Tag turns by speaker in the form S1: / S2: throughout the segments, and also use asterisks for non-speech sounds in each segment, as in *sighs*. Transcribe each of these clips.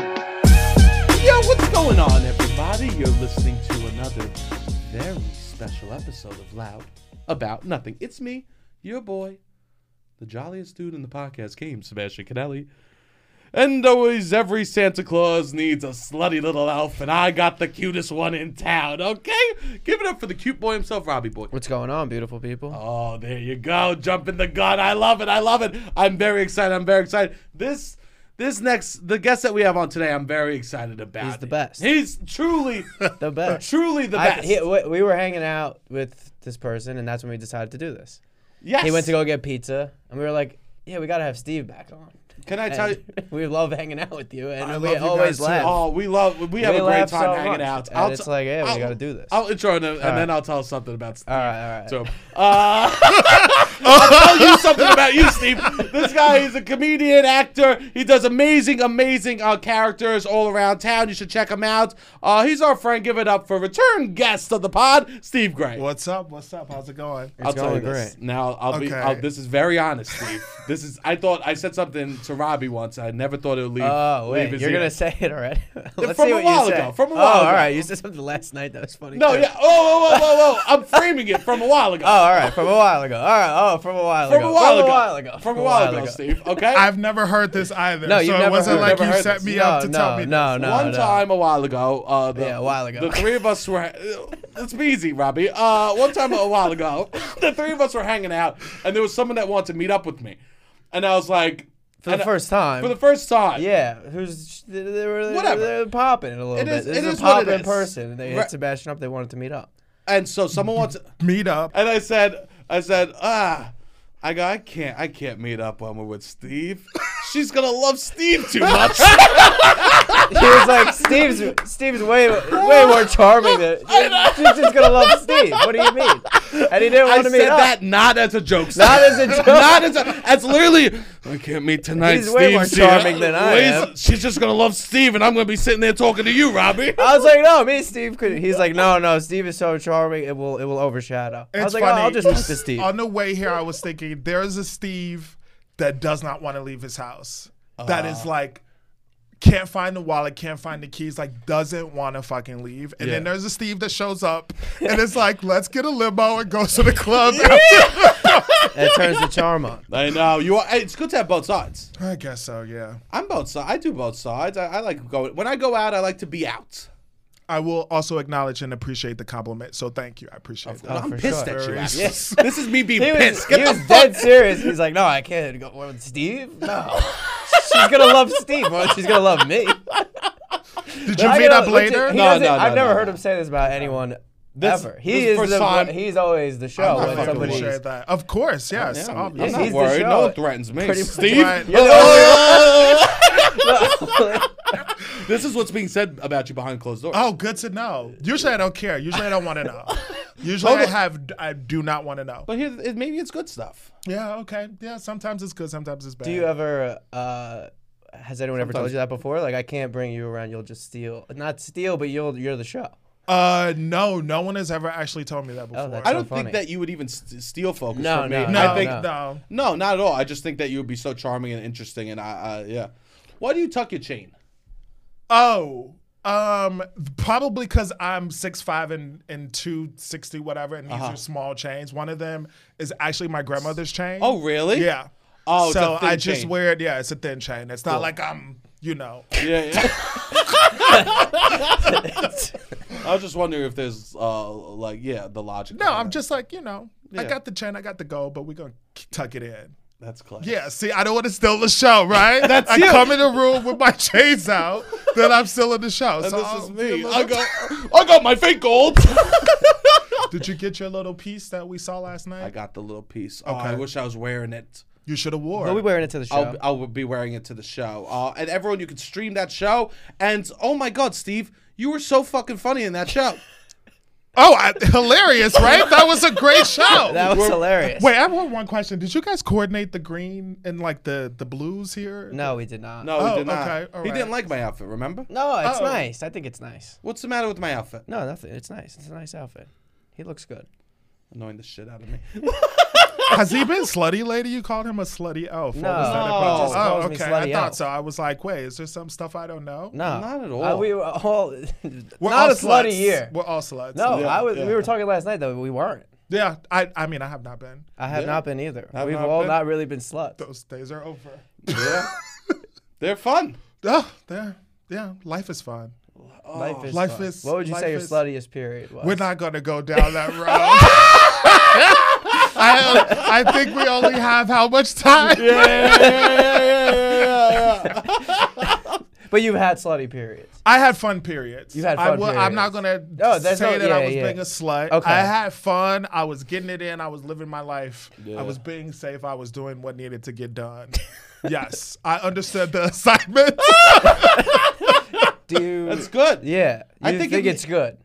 S1: Yo, what's going on, everybody? You're listening to another very special episode of Loud About Nothing. It's me, your boy, the jolliest dude in the podcast game, Sebastian Canelli. And always, every Santa Claus needs a slutty little elf, and I got the cutest one in town, okay? Give it up for the cute boy himself, Robbie Boy.
S2: What's going on, beautiful people?
S1: Oh, there you go. Jumping the gun. I love it. I love it. I'm very excited. I'm very excited. This this next the guest that we have on today, I'm very excited about.
S2: He's the best.
S1: He's truly
S2: *laughs* the
S1: *laughs*
S2: best.
S1: truly the
S2: I,
S1: best.
S2: he, we we were hanging out with this person, and that's when we decided to do this.
S1: yes.
S2: He went to go get pizza, and we were like, "Yeah, we gotta have Steve back on."
S1: Can I
S2: *laughs*
S1: tell you
S2: And we love hanging out with you, and
S3: I
S2: we
S3: love you
S2: always
S3: guys, too.
S2: laugh.
S1: Oh, we love we have
S2: We
S1: a great
S2: laugh
S1: time
S2: so
S1: hanging
S2: much.
S1: out.
S2: And it's like, yeah, we gotta do this.
S1: I'll intro and, then- and then I'll tell something about Steve.
S2: all right, all right.
S1: So, uh, *laughs* I'll tell you something about you, Steve. This guy is a comedian, actor. He does amazing, amazing uh, characters all around town. You should check him out. Uh, he's our friend. Give it up for return guest of the pod, Steve Gray.
S3: What's up? What's up? How's it going?
S1: I'll tell you
S2: going
S1: this.
S2: great.
S1: Now I'll be.
S3: Okay.
S1: I'll, this is very honest, Steve. this is. I thought I said something to Robbie once. I never thought it would leave.
S2: Oh
S1: leave
S2: wait,
S1: his
S2: you're
S1: ear.
S2: gonna say it already? *laughs*
S1: from
S2: Let's see
S1: a
S2: what
S1: while
S2: you say.
S1: ago, from a
S2: oh,
S1: while ago.
S2: all right. You said something last night that was funny.
S1: No,
S2: too.
S1: yeah. Oh, whoa, whoa, whoa, whoa! I'm framing it from a while ago.
S2: *laughs* Oh, all right, from a while ago. All right. Oh, from a while
S1: from
S2: ago.
S1: a while ago.
S2: From a while ago.
S1: From a while ago, Steve. Okay.
S3: I've never heard this either.
S2: No,
S3: so
S2: you've
S3: it
S2: never
S3: wasn't
S2: heard-
S3: like
S1: never
S3: you
S1: heard
S3: set
S1: this.
S3: me
S2: no,
S3: up to
S2: no,
S3: tell me.
S2: no,
S3: this.
S2: no,
S1: One
S2: no.
S1: time a while ago, uh, the,
S2: Yeah, a while ago.
S1: the three of us were the three easy, Robbie. Uh, one time a while ago, *laughs* the three of us were hanging out, and there was someone that wanted to meet up with me, and I was like,
S2: For the
S1: and-
S2: first time.
S1: for the first time,
S2: Yeah, who's they they were
S1: Whatever.
S2: They're popping it a little
S1: It
S2: bit.
S1: is-
S2: this
S1: it
S2: is,
S1: is
S2: a
S1: what it
S2: popping
S1: is.
S2: person. They
S1: Right.
S2: hit Sebastian up. They wanted to meet up. *laughs*
S1: and so someone wants,
S3: Meet up.
S1: and I said, I said, ah. I go, I can't, I can't meet up when we're with Steve. She's gonna love Steve too much.
S2: *laughs* He was like, Steve's Steve's way way
S1: *laughs*
S2: more charming than *laughs* she's just gonna love Steve. What do you mean? And he didn't
S1: I
S2: want to meet
S1: said
S2: up.
S1: that not as a joke. Steve.
S2: Not
S1: *laughs*
S2: as a joke.
S1: Not as a. That's literally. I can't meet tonight.
S2: He's way more
S1: Steve, see ya."
S2: charming than I
S1: Well, he's-
S2: am.
S1: She's just gonna love Steve, and I'm gonna be sitting there talking to you, Robbie.
S2: I was like, no, me and Steve could. He's like, no, no, Steve is so charming, it will, it will overshadow. I was
S3: It's
S2: like,
S3: funny.
S2: oh, I'll just talk to Steve.
S3: On the way here, I was thinking there's a Steve that does not want to leave his house. that is
S2: Uh.
S3: like can't find the wallet, can't find the keys, like doesn't want to fucking leave. And then
S1: Yeah.
S3: there's a Steve that shows up and it's like, let's get a limo and
S2: *laughs*
S3: go to the club.
S1: *laughs*
S2: It turns the charm on.
S1: *laughs* I know you. Are, it's good to have both sides.
S3: I guess so, yeah.
S1: I'm both sides. I do both sides. I, I like going when I go out. I like to be out.
S3: I will also acknowledge and appreciate the compliment. So thank you. I appreciate that.
S1: I'm
S2: Oh, for
S1: pissed
S2: sure.
S1: at you.
S3: Very-
S1: Actually.
S2: Yes.
S1: This is me being
S2: He was,
S1: pissed.
S2: he
S1: Get the
S2: was
S1: fuck.
S2: dead serious. He's like, no, I can't go well, with
S1: *laughs*
S2: Steve. No, she's gonna love Steve more than she's gonna love me.
S3: Did you
S2: I
S3: meet
S2: know-
S3: up
S2: legit,
S3: later?
S2: he
S1: No,
S2: doesn't-
S1: no, no,
S2: I've never
S1: no,
S2: heard
S1: no.
S2: him say this about anyone
S1: This-
S2: ever.
S1: this
S2: He
S1: is the
S2: is
S1: first
S2: the,
S1: time-
S2: he's always the show
S3: I
S2: when
S3: fucking
S2: somebody.
S3: appreciate that. Of course, yes.
S1: Yeah, I'm,
S3: obviously.
S2: Yes,
S1: not
S2: he's the
S1: worried. No
S2: show.
S1: one threatens me.
S2: Pretty much.
S1: Steve.
S3: Right.
S2: You're the only
S1: this is what's being said about you behind closed doors.
S3: Oh, good to know. Usually I don't care. Usually I don't want
S1: *laughs*
S3: to know. Usually I have I do not want to know.
S1: but here, it, maybe it's good stuff.
S3: Yeah, okay. Yeah, sometimes it's good, sometimes it's bad.
S2: Do you ever? Uh, has anyone ever
S1: Sometimes.
S2: told you that before? Like, I can't bring you around. You'll just steal. Not steal, but you'll you're the show.
S3: uh no, no one has ever actually told me that before.
S2: that's
S1: I
S2: So
S1: don't
S2: funny.
S1: think that you would even st- steal focus
S2: No,
S1: from me.
S2: no,
S3: no,
S1: Oh, I think
S3: no.
S1: No, not at all. I just think that you would be so charming and interesting, and I, uh, yeah. Why do you tuck your chain?
S3: Oh. Um probably cuz I'm 6'5 and and 260 whatever and these
S1: Uh-huh.
S3: are small chains. One of them is actually my grandmother's chain.
S1: Oh, really?
S3: Yeah.
S1: Oh, it's a
S3: so
S1: thin
S3: I just
S1: chain.
S3: wear it. Yeah, it's a thin chain. It's not like I'm,
S1: *laughs*
S3: you know,
S1: Yeah.
S3: *laughs*
S1: yeah. I was just wondering if there's, uh, like, yeah, the logic.
S3: No,
S1: behind
S3: I'm
S1: that.
S3: just like, you know, I
S1: Yeah.
S3: got the chain, I got the goal, but we're going to tuck it in.
S1: That's class.
S3: Yeah, see, I don't want to steal the show,
S1: *laughs*
S3: right? That's I
S1: you.
S3: come in the room with my *laughs* chains out, then I'm stealing the show.
S1: And
S3: so
S1: this
S3: I'll
S1: is
S3: be
S1: me.
S3: a
S1: I
S3: little-
S1: got, I got my fake gold.
S3: *laughs* Did you get your little piece that we saw last night?
S1: I got the little piece. Oh, I
S3: Okay.
S1: wish I was wearing it.
S3: you should have wore.
S2: But we
S3: it.
S2: wearing it to the show.
S1: I'll, I'll be wearing it to the show. Uh, and everyone, you can stream that show. And oh my God, Steve, you were so fucking funny in that show.
S3: Oh, I, *laughs* hilarious, right? That was
S1: *laughs*
S3: a great show.
S2: that was hilarious.
S3: Wait, I have one question. Did you guys coordinate the green and like the the blues here?
S2: No, we did not.
S1: No,
S3: Oh,
S1: he did not.
S3: okay, all
S1: He
S3: right.
S1: didn't like my outfit, remember?
S2: No, it's
S3: Oh.
S2: nice. I think it's nice.
S1: What's the matter with my outfit?
S2: No, nothing. It's nice. It's a nice outfit.
S4: He
S2: He
S4: looks good.
S1: Annoying the shit out of me. *laughs*
S3: Has he been slutty lately? You called him a slutty elf. What
S4: No.
S3: was that
S1: No.
S3: about?
S1: Just
S4: calls
S3: oh,
S4: me
S3: okay.
S4: slutty
S3: I thought
S4: elf.
S3: so. I was like, wait, is there some stuff I don't know?
S4: No,
S1: Not at
S4: Uh,
S1: all.
S4: we were all
S3: We're
S4: not
S3: all
S4: a slutty
S3: sluts.
S4: year.
S3: We're all sluts.
S4: No,
S1: Yeah,
S4: I was.
S1: yeah.
S4: We were talking last night though. We weren't.
S3: Yeah, I, I mean, I have not been.
S4: I have
S1: Yeah.
S4: not been either.
S1: Have
S4: We've
S1: not
S4: all
S1: been?
S4: not really been sluts.
S3: Those days are over.
S1: Yeah. They're fun.
S3: Oh, there. Yeah, life is fun.
S1: oh,
S4: Life is.
S3: life
S4: fun.
S3: is-
S4: What would you
S3: life
S4: say your
S3: is-
S4: sluttiest period was?
S3: We're not going to go down
S4: *laughs*
S3: that road. *laughs* I, I think we only have how much time?
S4: But you've had slutty periods.
S3: I had fun periods.
S4: You had
S3: I
S4: fun
S3: I'm not gonna
S4: No, that's
S3: say
S4: not-
S3: that I
S4: yeah,
S3: was
S4: yeah.
S3: being a slut.
S4: Okay.
S3: I had fun. I was getting it in. I was living my life.
S1: Yeah.
S3: I was being safe. I was doing what needed to get done. *laughs* yes, I understood the *laughs*
S4: *laughs*
S3: assignment.
S4: Do you?
S1: *laughs* That's good.
S4: yeah.
S1: I
S4: You
S1: think
S4: think,
S1: it-
S4: it's good.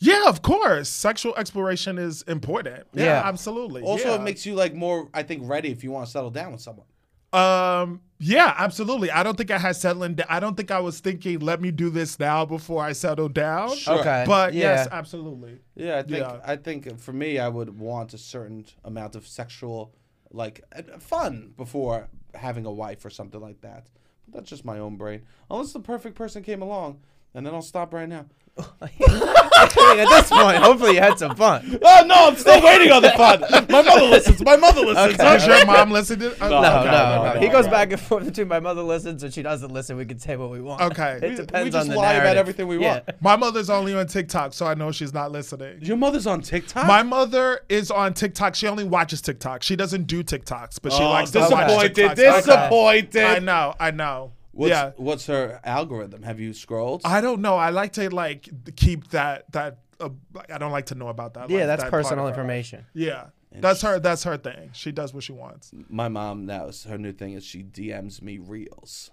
S3: yeah, of course. Sexual exploration is important. Yeah,
S4: Yeah.
S3: absolutely.
S1: Also,
S3: yeah.
S1: it makes you like more, I think, ready if you want to settle down with someone.
S3: Um. Yeah, absolutely. I don't think I had settling. down. I don't think I was thinking, "Let me do this now before I settle down."
S1: Sure.
S4: Okay.
S3: But
S4: yeah.
S3: yes, absolutely.
S1: Yeah, I think
S3: Yeah.
S1: I think for me, I would want a certain amount of sexual, like uh, fun before having a wife or something like that. But that's just my own brain. Unless the perfect person came along, and then I'll stop right now.
S4: I mean, at this point, hopefully you had some
S1: *laughs*
S4: fun.
S1: Oh no, I'm still waiting on the fun. My mother listens. My mother listens.
S4: Okay.
S3: Does your mom listen to?
S4: *laughs*
S3: No,
S4: No,
S1: Okay,
S4: no,
S1: no,
S4: no,
S1: no,
S4: He goes
S1: no.
S4: back and forth between my mother listens and she doesn't listen. We can say what we want.
S3: Okay. We-
S4: It
S3: we
S1: we
S4: depends
S1: just
S4: on the
S1: lie
S4: narrative.
S1: about everything we
S4: Yeah.
S1: want.
S3: My mother's only on TikTok, so I know she's not listening.
S1: Your mother's on TikTok.
S3: My mother is on TikTok. She only watches TikTok. She doesn't do TikToks, but she
S1: Oh,
S3: likes to watch
S1: disappointed.
S3: TikToks.
S1: Disappointed.
S3: I know. I know.
S1: What's,
S3: yeah.
S1: what's her algorithm? Have you scrolled?
S3: I don't know. I like to like keep that that. Uh, I don't like to know about that.
S4: Yeah,
S3: like,
S4: that's
S3: that part
S4: personal
S3: of
S1: *laughs*
S3: her.
S4: information.
S3: Yeah, that's her. That's her thing. She does what she wants.
S1: my mom now is her new thing is she DMs me reels.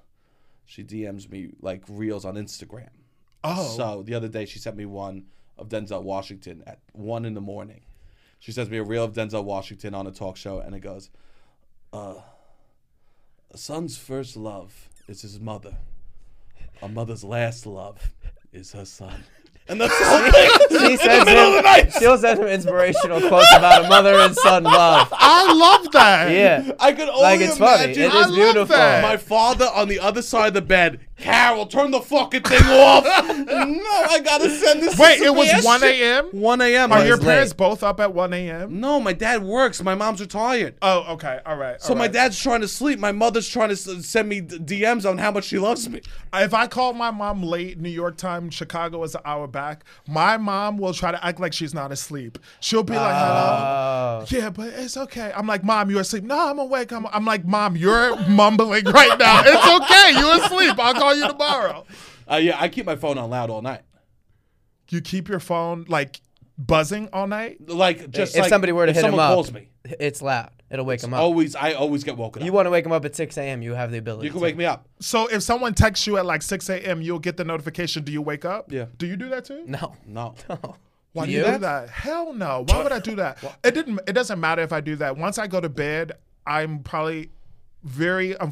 S1: She DMs me like reels on Instagram.
S3: Oh.
S1: So the other day she sent me one of Denzel Washington at one in the morning. She sends me a reel of Denzel Washington on a talk show and it goes, uh, a son's first love is his mother. A mother's last love is her son. And that's the whole thing.
S4: She sends him, she'll send him inspirational quotes about a mother and son love.
S3: I love that.
S4: Yeah.
S1: I could only
S4: Like, it's funny.
S1: imagine.
S4: It
S3: I
S4: is
S3: love
S4: beautiful.
S3: that.
S1: My father on the other side of the bed. Carol, turn the fucking
S4: *laughs*
S1: thing off. no, I gotta send this. to
S3: Wait, it was
S1: Sebastian.
S3: 1 a.m.?
S1: 1 a.m.
S3: Are
S1: I-
S3: your
S4: Oh, late.
S3: parents both up at 1 a.m.?
S1: no, my dad works. My mom's retired. Uh,
S3: Oh, okay. All right.
S1: So my dad's trying to sleep. My mother's trying to s- send me d- DMs on how much she loves me.
S3: If I call my mom late, New York time, Chicago is an hour back, my mom will try to act like she's not asleep. She'll be like, hello.
S4: Oh.
S3: Yeah, but it's okay. I'm like, Mom, you're asleep. No, I'm awake. I'm, I'm like, Mom, you're mumbling right now. *laughs* It's okay. You're asleep. I'll call you tomorrow.
S1: Uh, yeah, I keep my phone on loud all night.
S3: You keep your phone like buzzing all night?
S1: Like just
S4: If
S1: like,
S4: somebody were to
S1: if
S4: hit him
S1: someone
S4: up,
S1: calls me. oh
S4: it's loud. It'll wake him up.
S1: Always, I always get woken up.
S4: You
S1: You,
S4: want to wake him up at 6 a.m. You have the ability.
S1: can
S4: to. *laughs*
S1: wake me up.
S3: So if someone texts you at like 6 a.m., you'll get the notification. Do you wake up?
S1: Yeah.
S3: Do you do that too?
S4: No.
S1: No.
S3: Why
S4: Do
S3: do you
S4: you?
S3: do that? Hell no. Why would I do that? It didn't. It doesn't matter if I do that. Once I go to bed, I'm probably very um,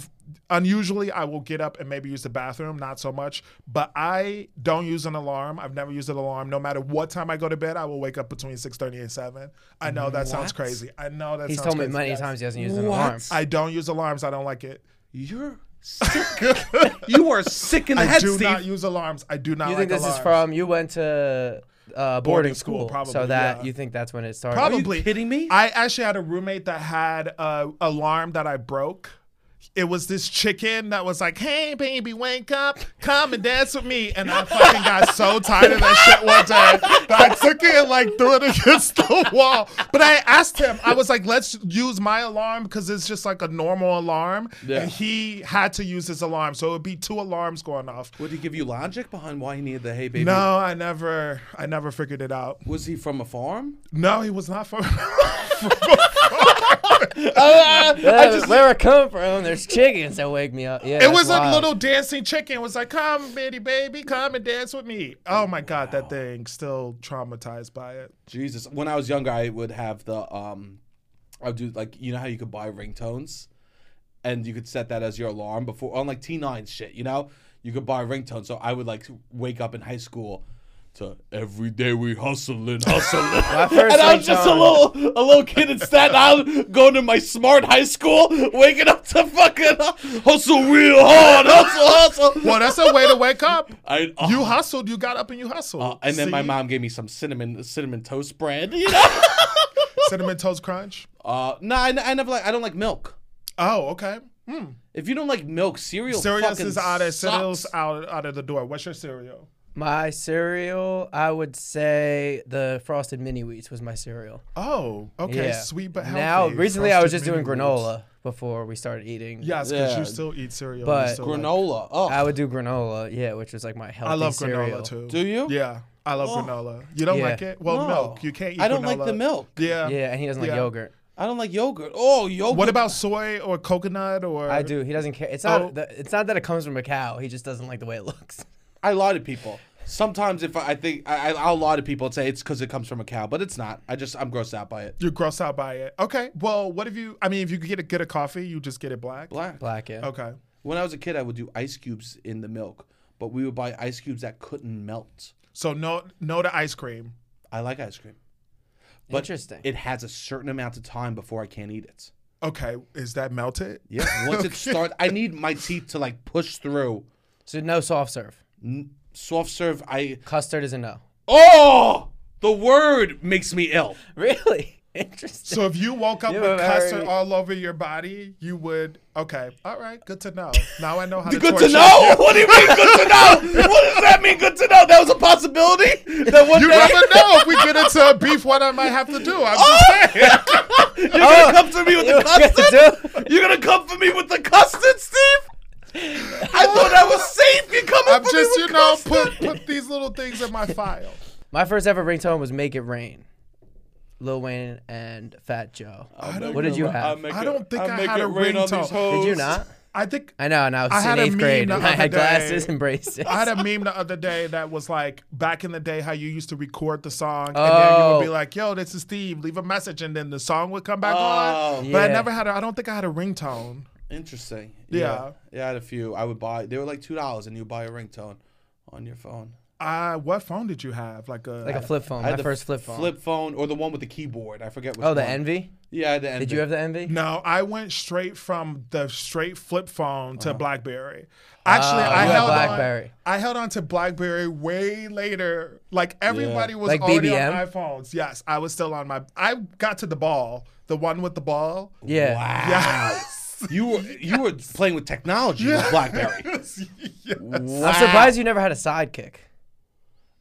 S3: unusually. I will get up and maybe use the bathroom. Not so much, but I don't use an alarm. I've never used an alarm. No matter what time I go to bed, I will wake up between six thirty and seven. I know that sounds
S1: What?
S3: crazy. I know that.
S4: He's
S3: sounds
S4: told me
S3: crazy,
S4: many
S3: guys.
S4: times he hasn't used an
S1: What?
S4: alarm.
S3: I don't use alarms. I don't like it.
S1: You're sick. *laughs* you are sick in the
S3: I
S1: head,
S3: do
S1: Steve.
S3: not use alarms. I do not.
S4: You
S3: like
S4: think this
S3: alarms.
S4: is from you went to uh, boarding,
S3: school,
S4: school,
S3: probably,
S4: so that
S3: yeah.
S4: you think that's when it started.
S1: you
S3: Probably.
S1: kidding me?
S3: I actually had a roommate that had a alarm that I broke. It was this chicken that was like, "Hey baby, wake up, come and dance with me," and I fucking got so tired of that shit one day that I took it and like threw it against the wall. But I asked him, I was like, "Let's use my alarm because it's just like a normal alarm,"
S1: Yeah.
S3: and he had to use his alarm, so it would be two alarms going off.
S1: Would he give you logic behind why he needed the hey baby?
S3: No, I never, I never figured it out.
S1: Was he from a farm?
S3: No, he was not *laughs* from.
S4: Yeah, where I come from, there's chickens that wake me up. Yeah,
S3: It
S4: that's
S3: was
S4: wild.
S3: a little dancing chicken. It was like, come, bitty baby, come and dance with me. Oh my God, that thing still traumatized by it.
S1: Jesus. When I was younger, I would have the um, I would do like you know how you could buy ringtones, and you could set that as your alarm before on like T nine shit. You know, you could buy a ringtone. So I would like wake up in high school to every day we hustling, hustling.
S3: *laughs*
S4: first
S1: *laughs* and I was
S4: song
S1: just a
S4: on-
S1: little, a little kid in Staten Island, going to my smart high school, waking up to fucking uh, hustle real hard, hustle, hustle.
S3: Well, that's a way to wake up.
S1: I, uh,
S2: Uh-huh.
S3: You hustled. You got up and you hustled.
S1: uh, and then my
S3: See?
S1: mom gave me some cinnamon, cinnamon toast bread. You
S3: *laughs*
S1: know?
S3: cinnamon toast crunch.
S1: uh, no, I, I never like. I don't like milk.
S3: Oh, okay. Hmm.
S1: If you don't like milk, cereal.
S3: Cereals
S1: fucking
S3: is out of cereals
S1: sucks.
S3: out out of the door. What's your cereal?
S2: My cereal, I would say the Frosted Mini Wheats was my cereal.
S3: Oh, okay.
S2: Yeah.
S3: Sweet but healthy.
S2: Now, recently I was
S3: Frosted
S2: just doing
S3: Mini Wheats.
S2: granola before we started eating.
S3: Yes, because
S1: Yeah.
S3: you still eat cereal.
S2: But-
S3: you still like-
S1: Granola. Oh,
S2: I would do granola, yeah, which was like my healthy
S3: I love
S2: cereal.
S3: granola too.
S1: do you?
S3: Yeah, I love
S1: Oh.
S3: granola. You don't
S2: Yeah.
S3: like it? Well,
S1: No.
S3: milk. You can't eat.
S1: I don't like
S3: granola.
S1: the milk.
S3: Yeah.
S2: Yeah, and he doesn't
S3: Yeah.
S2: like yogurt.
S1: I don't like yogurt. Oh, yogurt.
S3: What about soy or coconut or?
S2: I do. He doesn't care. It's not.
S3: Oh.
S2: The, it's not that it comes from a cow. He just doesn't like the way it looks.
S1: I lie to people. Sometimes if I, I think I, I- I'll lie to people and say it's because it comes from a cow, but it's not. I just I'm grossed out by it.
S3: You're grossed out by it. Okay. Well, what if you? I mean, if you could get a get a coffee, you just get it black.
S1: Black.
S2: Black. Yeah.
S3: Okay.
S1: When I was a kid, I would do ice cubes in the milk, but we would buy ice cubes that couldn't melt.
S3: So no, no to ice cream.
S1: I like ice cream, but
S2: Interesting.
S1: it has a certain amount of time before I can't eat it.
S3: Okay. Is that melted?
S1: Yeah. *laughs* Once it starts, I need my teeth to like push through.
S2: So no soft serve.
S1: N- soft serve. I
S2: Custard is a no. *laughs*
S1: oh the word makes me ill.
S2: Really
S3: *laughs*
S2: interesting.
S3: So if you woke up
S2: You
S3: with
S2: have a
S3: custard
S2: very-
S3: all over your body, you would. Okay. All right. Good to know. Now I know how to.
S1: Good
S3: torture
S1: to know. *laughs* What do you mean good to know? What does that mean? Good to know. That was a possibility. That one
S3: You
S1: day
S3: never know if we get into a beef, what I might have to do. I'm just saying.
S1: *laughs* you're gonna come for me with the
S2: You *laughs* get to
S1: custard.
S2: do-
S1: You're gonna come for me with the custard, Steve. I thought I was safe. You're coming
S3: I'm
S1: for
S3: just,
S1: me
S3: you
S1: with
S3: know,
S1: custard.
S3: put put these little things in my file.
S2: My first ever ringtone was "Make It Rain," Lil Wayne and Fat Joe.
S3: don't
S2: What did you have?
S3: I don't think I had a ringtone.
S2: Did you not?
S3: I think
S2: I know, and I was
S3: I had
S2: in
S3: a
S2: eighth
S3: meme
S2: grade,
S3: the
S2: and I
S3: other
S2: had glasses
S3: day.
S2: and braces.
S3: I had a meme the other day that was like back in the day how you used to record the song and then you would be
S2: Oh.
S3: like, "Yo, this is Steve. Leave a message," and then the song would come back
S1: Oh.
S3: on. But I
S2: Yeah.
S3: never had. A, I don't think I had a ringtone.
S1: Interesting.
S3: Yeah.
S1: Yeah, I had a few. I would buy. They were like two dollars, and you buy a ringtone on your phone.
S3: Uh, what phone did you have? Like a
S2: *laughs* like a flip phone.
S1: I had
S2: My
S1: the
S2: first flip phone.
S1: Flip phone or the one with the keyboard. I forget which
S2: oh, the
S1: one.
S2: Envy.
S1: Yeah, I had the Envy.
S2: Did you have the Envy?
S3: No, I went straight from the straight flip phone to BlackBerry. Actually, I
S2: Uh-huh. Oh, you had
S3: held on.
S2: BlackBerry.
S3: I held on to BlackBerry way later. Like everybody was
S2: Like
S3: already on
S2: BBM?
S3: iPhones. Yes, I was still on my. I got to the ball, the one with the ball.
S2: Yeah.
S1: Wow.
S3: Yes.
S1: You were you were playing with technology with
S3: *laughs*
S1: BlackBerry.
S3: yes.
S2: I'm surprised you never had a sidekick.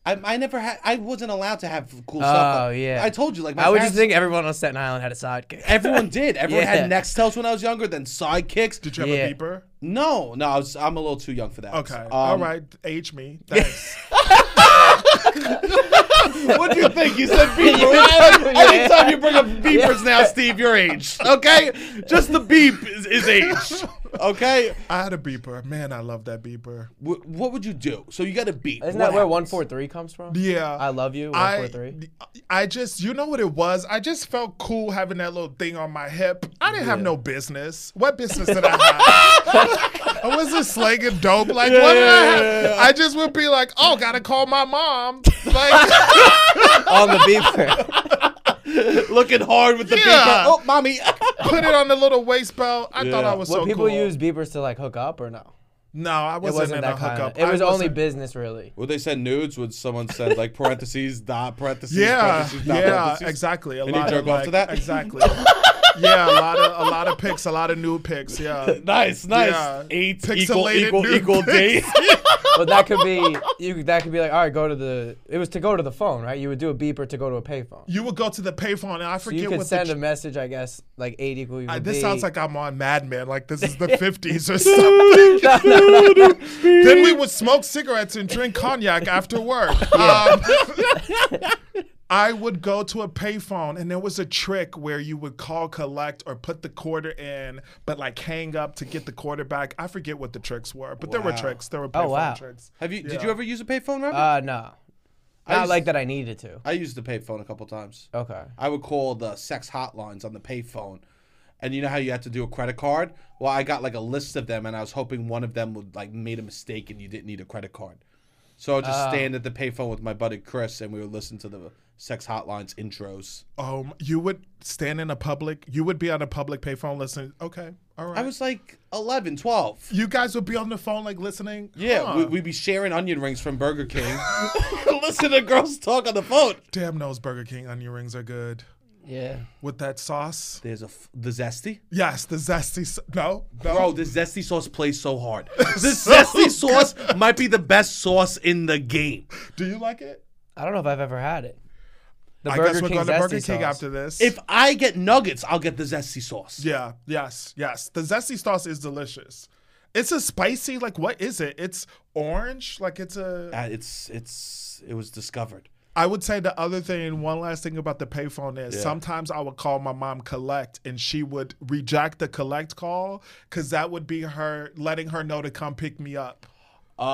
S1: I, I never had. I wasn't allowed to have cool stuff.
S2: Oh
S1: like-
S2: yeah.
S1: I told you like my
S2: I would
S1: parents-
S2: just think *laughs* everyone on Staten Island had a sidekick.
S1: Everyone did. Everyone had
S2: Yeah.
S1: Nextels when I was younger. Then sidekicks.
S3: Did you have
S2: Yeah.
S3: a beeper?
S1: No, no. I was, I'm a little too young for that.
S3: Okay.
S1: Um,
S3: All right.
S2: *laughs*
S3: Age me. Thanks.
S1: What do you think? You
S2: *laughs*
S1: said beeper. Anytime you bring up beepers now, Steve, you're aged. Okay. Just the beep is, is aged. Okay.
S3: I had a beeper. Man, I love that beeper.
S1: Wh- what would you do? So you got to beep.
S2: *laughs* Isn't
S1: What
S2: that where
S1: happened?
S2: one four three comes from?
S3: Yeah.
S2: I love you. One four
S3: I,
S2: three.
S3: I just, you know what it was? I just felt cool having that little thing on my hip. I didn't have no business. What business did I have?
S2: *laughs*
S3: I wasn't slinging dope. Like, what did I have? I just would be like, oh, gotta call my mom.
S2: *laughs*
S3: Like,
S2: on the
S3: *laughs*
S1: *laughs*
S2: beeper.
S1: Looking hard with the beeper.
S3: Yeah.
S1: Oh, mommy. *laughs*
S3: put it on the little waist belt. I thought
S1: Yeah.
S3: I was
S2: Would
S3: so
S2: people
S3: cool.
S2: use beepers to like hook up or no?
S3: no, I
S2: It
S3: wasn't,
S2: wasn't
S3: in
S2: that
S3: a
S2: kind.
S3: hookup.
S2: Of, it
S3: I
S2: was only
S3: wasn't-
S2: business really.
S1: Would they send nudes? Would someone send like parentheses, dot, parentheses,
S3: Yeah,
S1: parentheses, dot,
S3: yeah,
S1: parentheses?
S3: exactly. A
S1: And you
S3: lot
S1: jerk
S3: of
S1: off
S3: like,
S1: to that? *laughs*
S3: exactly. yeah, a lot of a lot of pics, a lot of new pics.
S1: *laughs*
S3: Yeah,
S1: Nice, nice.
S3: Yeah.
S1: Eight equal,
S3: Pixelated
S1: equal,
S3: nude
S1: equal days.
S3: *laughs*
S2: But that could be *laughs* you. That could be like all right, go to the. It was to go to the phone, right? You would do a beeper to go to a payphone.
S3: you would go to the payphone, and I
S2: So
S3: forget
S2: you
S3: what
S2: could
S3: the
S2: send a message, I guess, like eight equal equal.
S3: I- this sounds like I'm on Mad Men, like this is
S2: *laughs*
S3: the 50s or
S2: No,
S3: something.
S2: no,
S3: *laughs*
S2: no.
S3: then we would smoke cigarettes and drink cognac
S2: *laughs*
S3: after work. Um, I would go to a payphone, and there was a trick where you would call collect or put the quarter in, but like hang up to get the quarter back. I forget what the tricks were, but there were
S1: Wow.
S3: tricks. There were payphone
S2: wow.
S3: tricks.
S1: Have you? Did
S3: Yeah.
S1: you ever use a payphone, Robert?
S2: Uh, no,
S1: used-
S2: not like that. I needed to.
S1: I used the payphone a couple times.
S2: Okay.
S1: I would call the sex hotlines on the payphone. And you know how you had to do a credit card? Well, I got like a list of them and I was hoping one of them would like made a mistake and you didn't need a credit card. So I'll
S3: Ah.
S1: just stand at the payphone with my buddy Chris, and we would listen to the sex hotlines intros.
S3: Um, you would stand in a public. You would be on a public payphone listening. Okay, all right.
S1: I was like 11, 12.
S3: you guys would be on the phone like listening.
S1: Yeah,
S3: Huh.
S1: we, we'd be sharing onion rings from Burger
S3: *laughs*
S1: King. *laughs* listen to girls talk on the phone.
S3: Damn knows Burger King onion rings are good
S2: Yeah.
S3: with that sauce.
S1: There's a f- the zesty.
S3: Yes, the zesty. s- No, no.
S1: Bro, the zesty sauce plays so
S3: *laughs*
S1: hard. The zesty sauce might be the best sauce in the game.
S3: Do you like it?
S2: I don't know if I've ever had it. The
S3: I
S2: Burger
S3: guess we're
S2: King
S3: going to
S2: zesty
S3: Burger King
S2: sauce.
S3: after this.
S1: If I get nuggets, I'll get the zesty sauce.
S3: yeah, yes, yes. The zesty sauce is delicious. It's a spicy. Like, what is it? It's orange. Like, it's a.
S1: Uh, it's it's it was discovered.
S3: I would say the other thing, one last thing about the payphone is sometimes I would call my mom collect and she would reject the collect call because that would be her letting her know to come pick me up.
S1: Oh,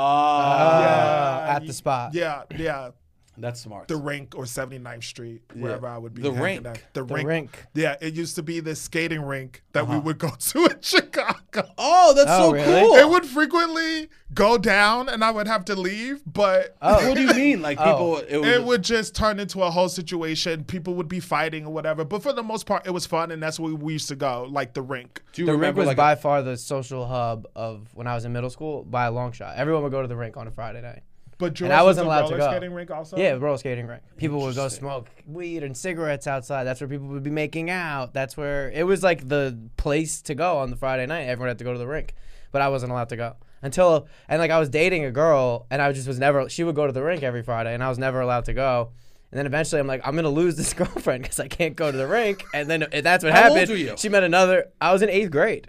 S2: Uh, at
S3: y-
S2: the spot.
S3: Yeah, yeah.
S1: that's smart.
S3: The rink or 79th Street, wherever I would be.
S1: The
S3: hanging
S1: rink.
S3: out. The,
S2: The
S3: rink.
S2: rink.
S3: Yeah, it used to be this skating rink that we would go *laughs* to in Chicago.
S1: oh, that's
S2: Oh,
S1: so
S2: really?
S1: cool.
S3: It would frequently go down and I would have to leave, but
S1: What do you mean? Like people,
S2: *laughs* Oh.
S1: it was,
S3: it would just turn into a whole situation. People would be fighting or whatever. But for the most part, it was fun, and that's where we used to go, like the rink.
S1: Do you
S2: The rink
S1: remember
S2: was
S1: like
S2: by far the social hub of when I was in middle school by a long shot. Everyone would go to the rink on a Friday night.
S3: But George
S2: I wasn't
S3: was a
S2: allowed to
S3: roller
S2: go.
S3: skating rink also.
S2: Yeah, roller skating rink. People would go smoke weed and cigarettes outside. That's where people would be making out. That's where it was like the place to go on the Friday night. Everyone had to go to the rink, but I wasn't allowed to go until and like I was dating a girl and I just was never. She would go to the rink every Friday and I was never allowed to go. And then eventually I'm like, I'm gonna lose this *laughs* girlfriend because I can't go to the rink. And then if that's what
S1: How old
S2: happened.
S1: were you?
S2: She met another. I was in eighth grade.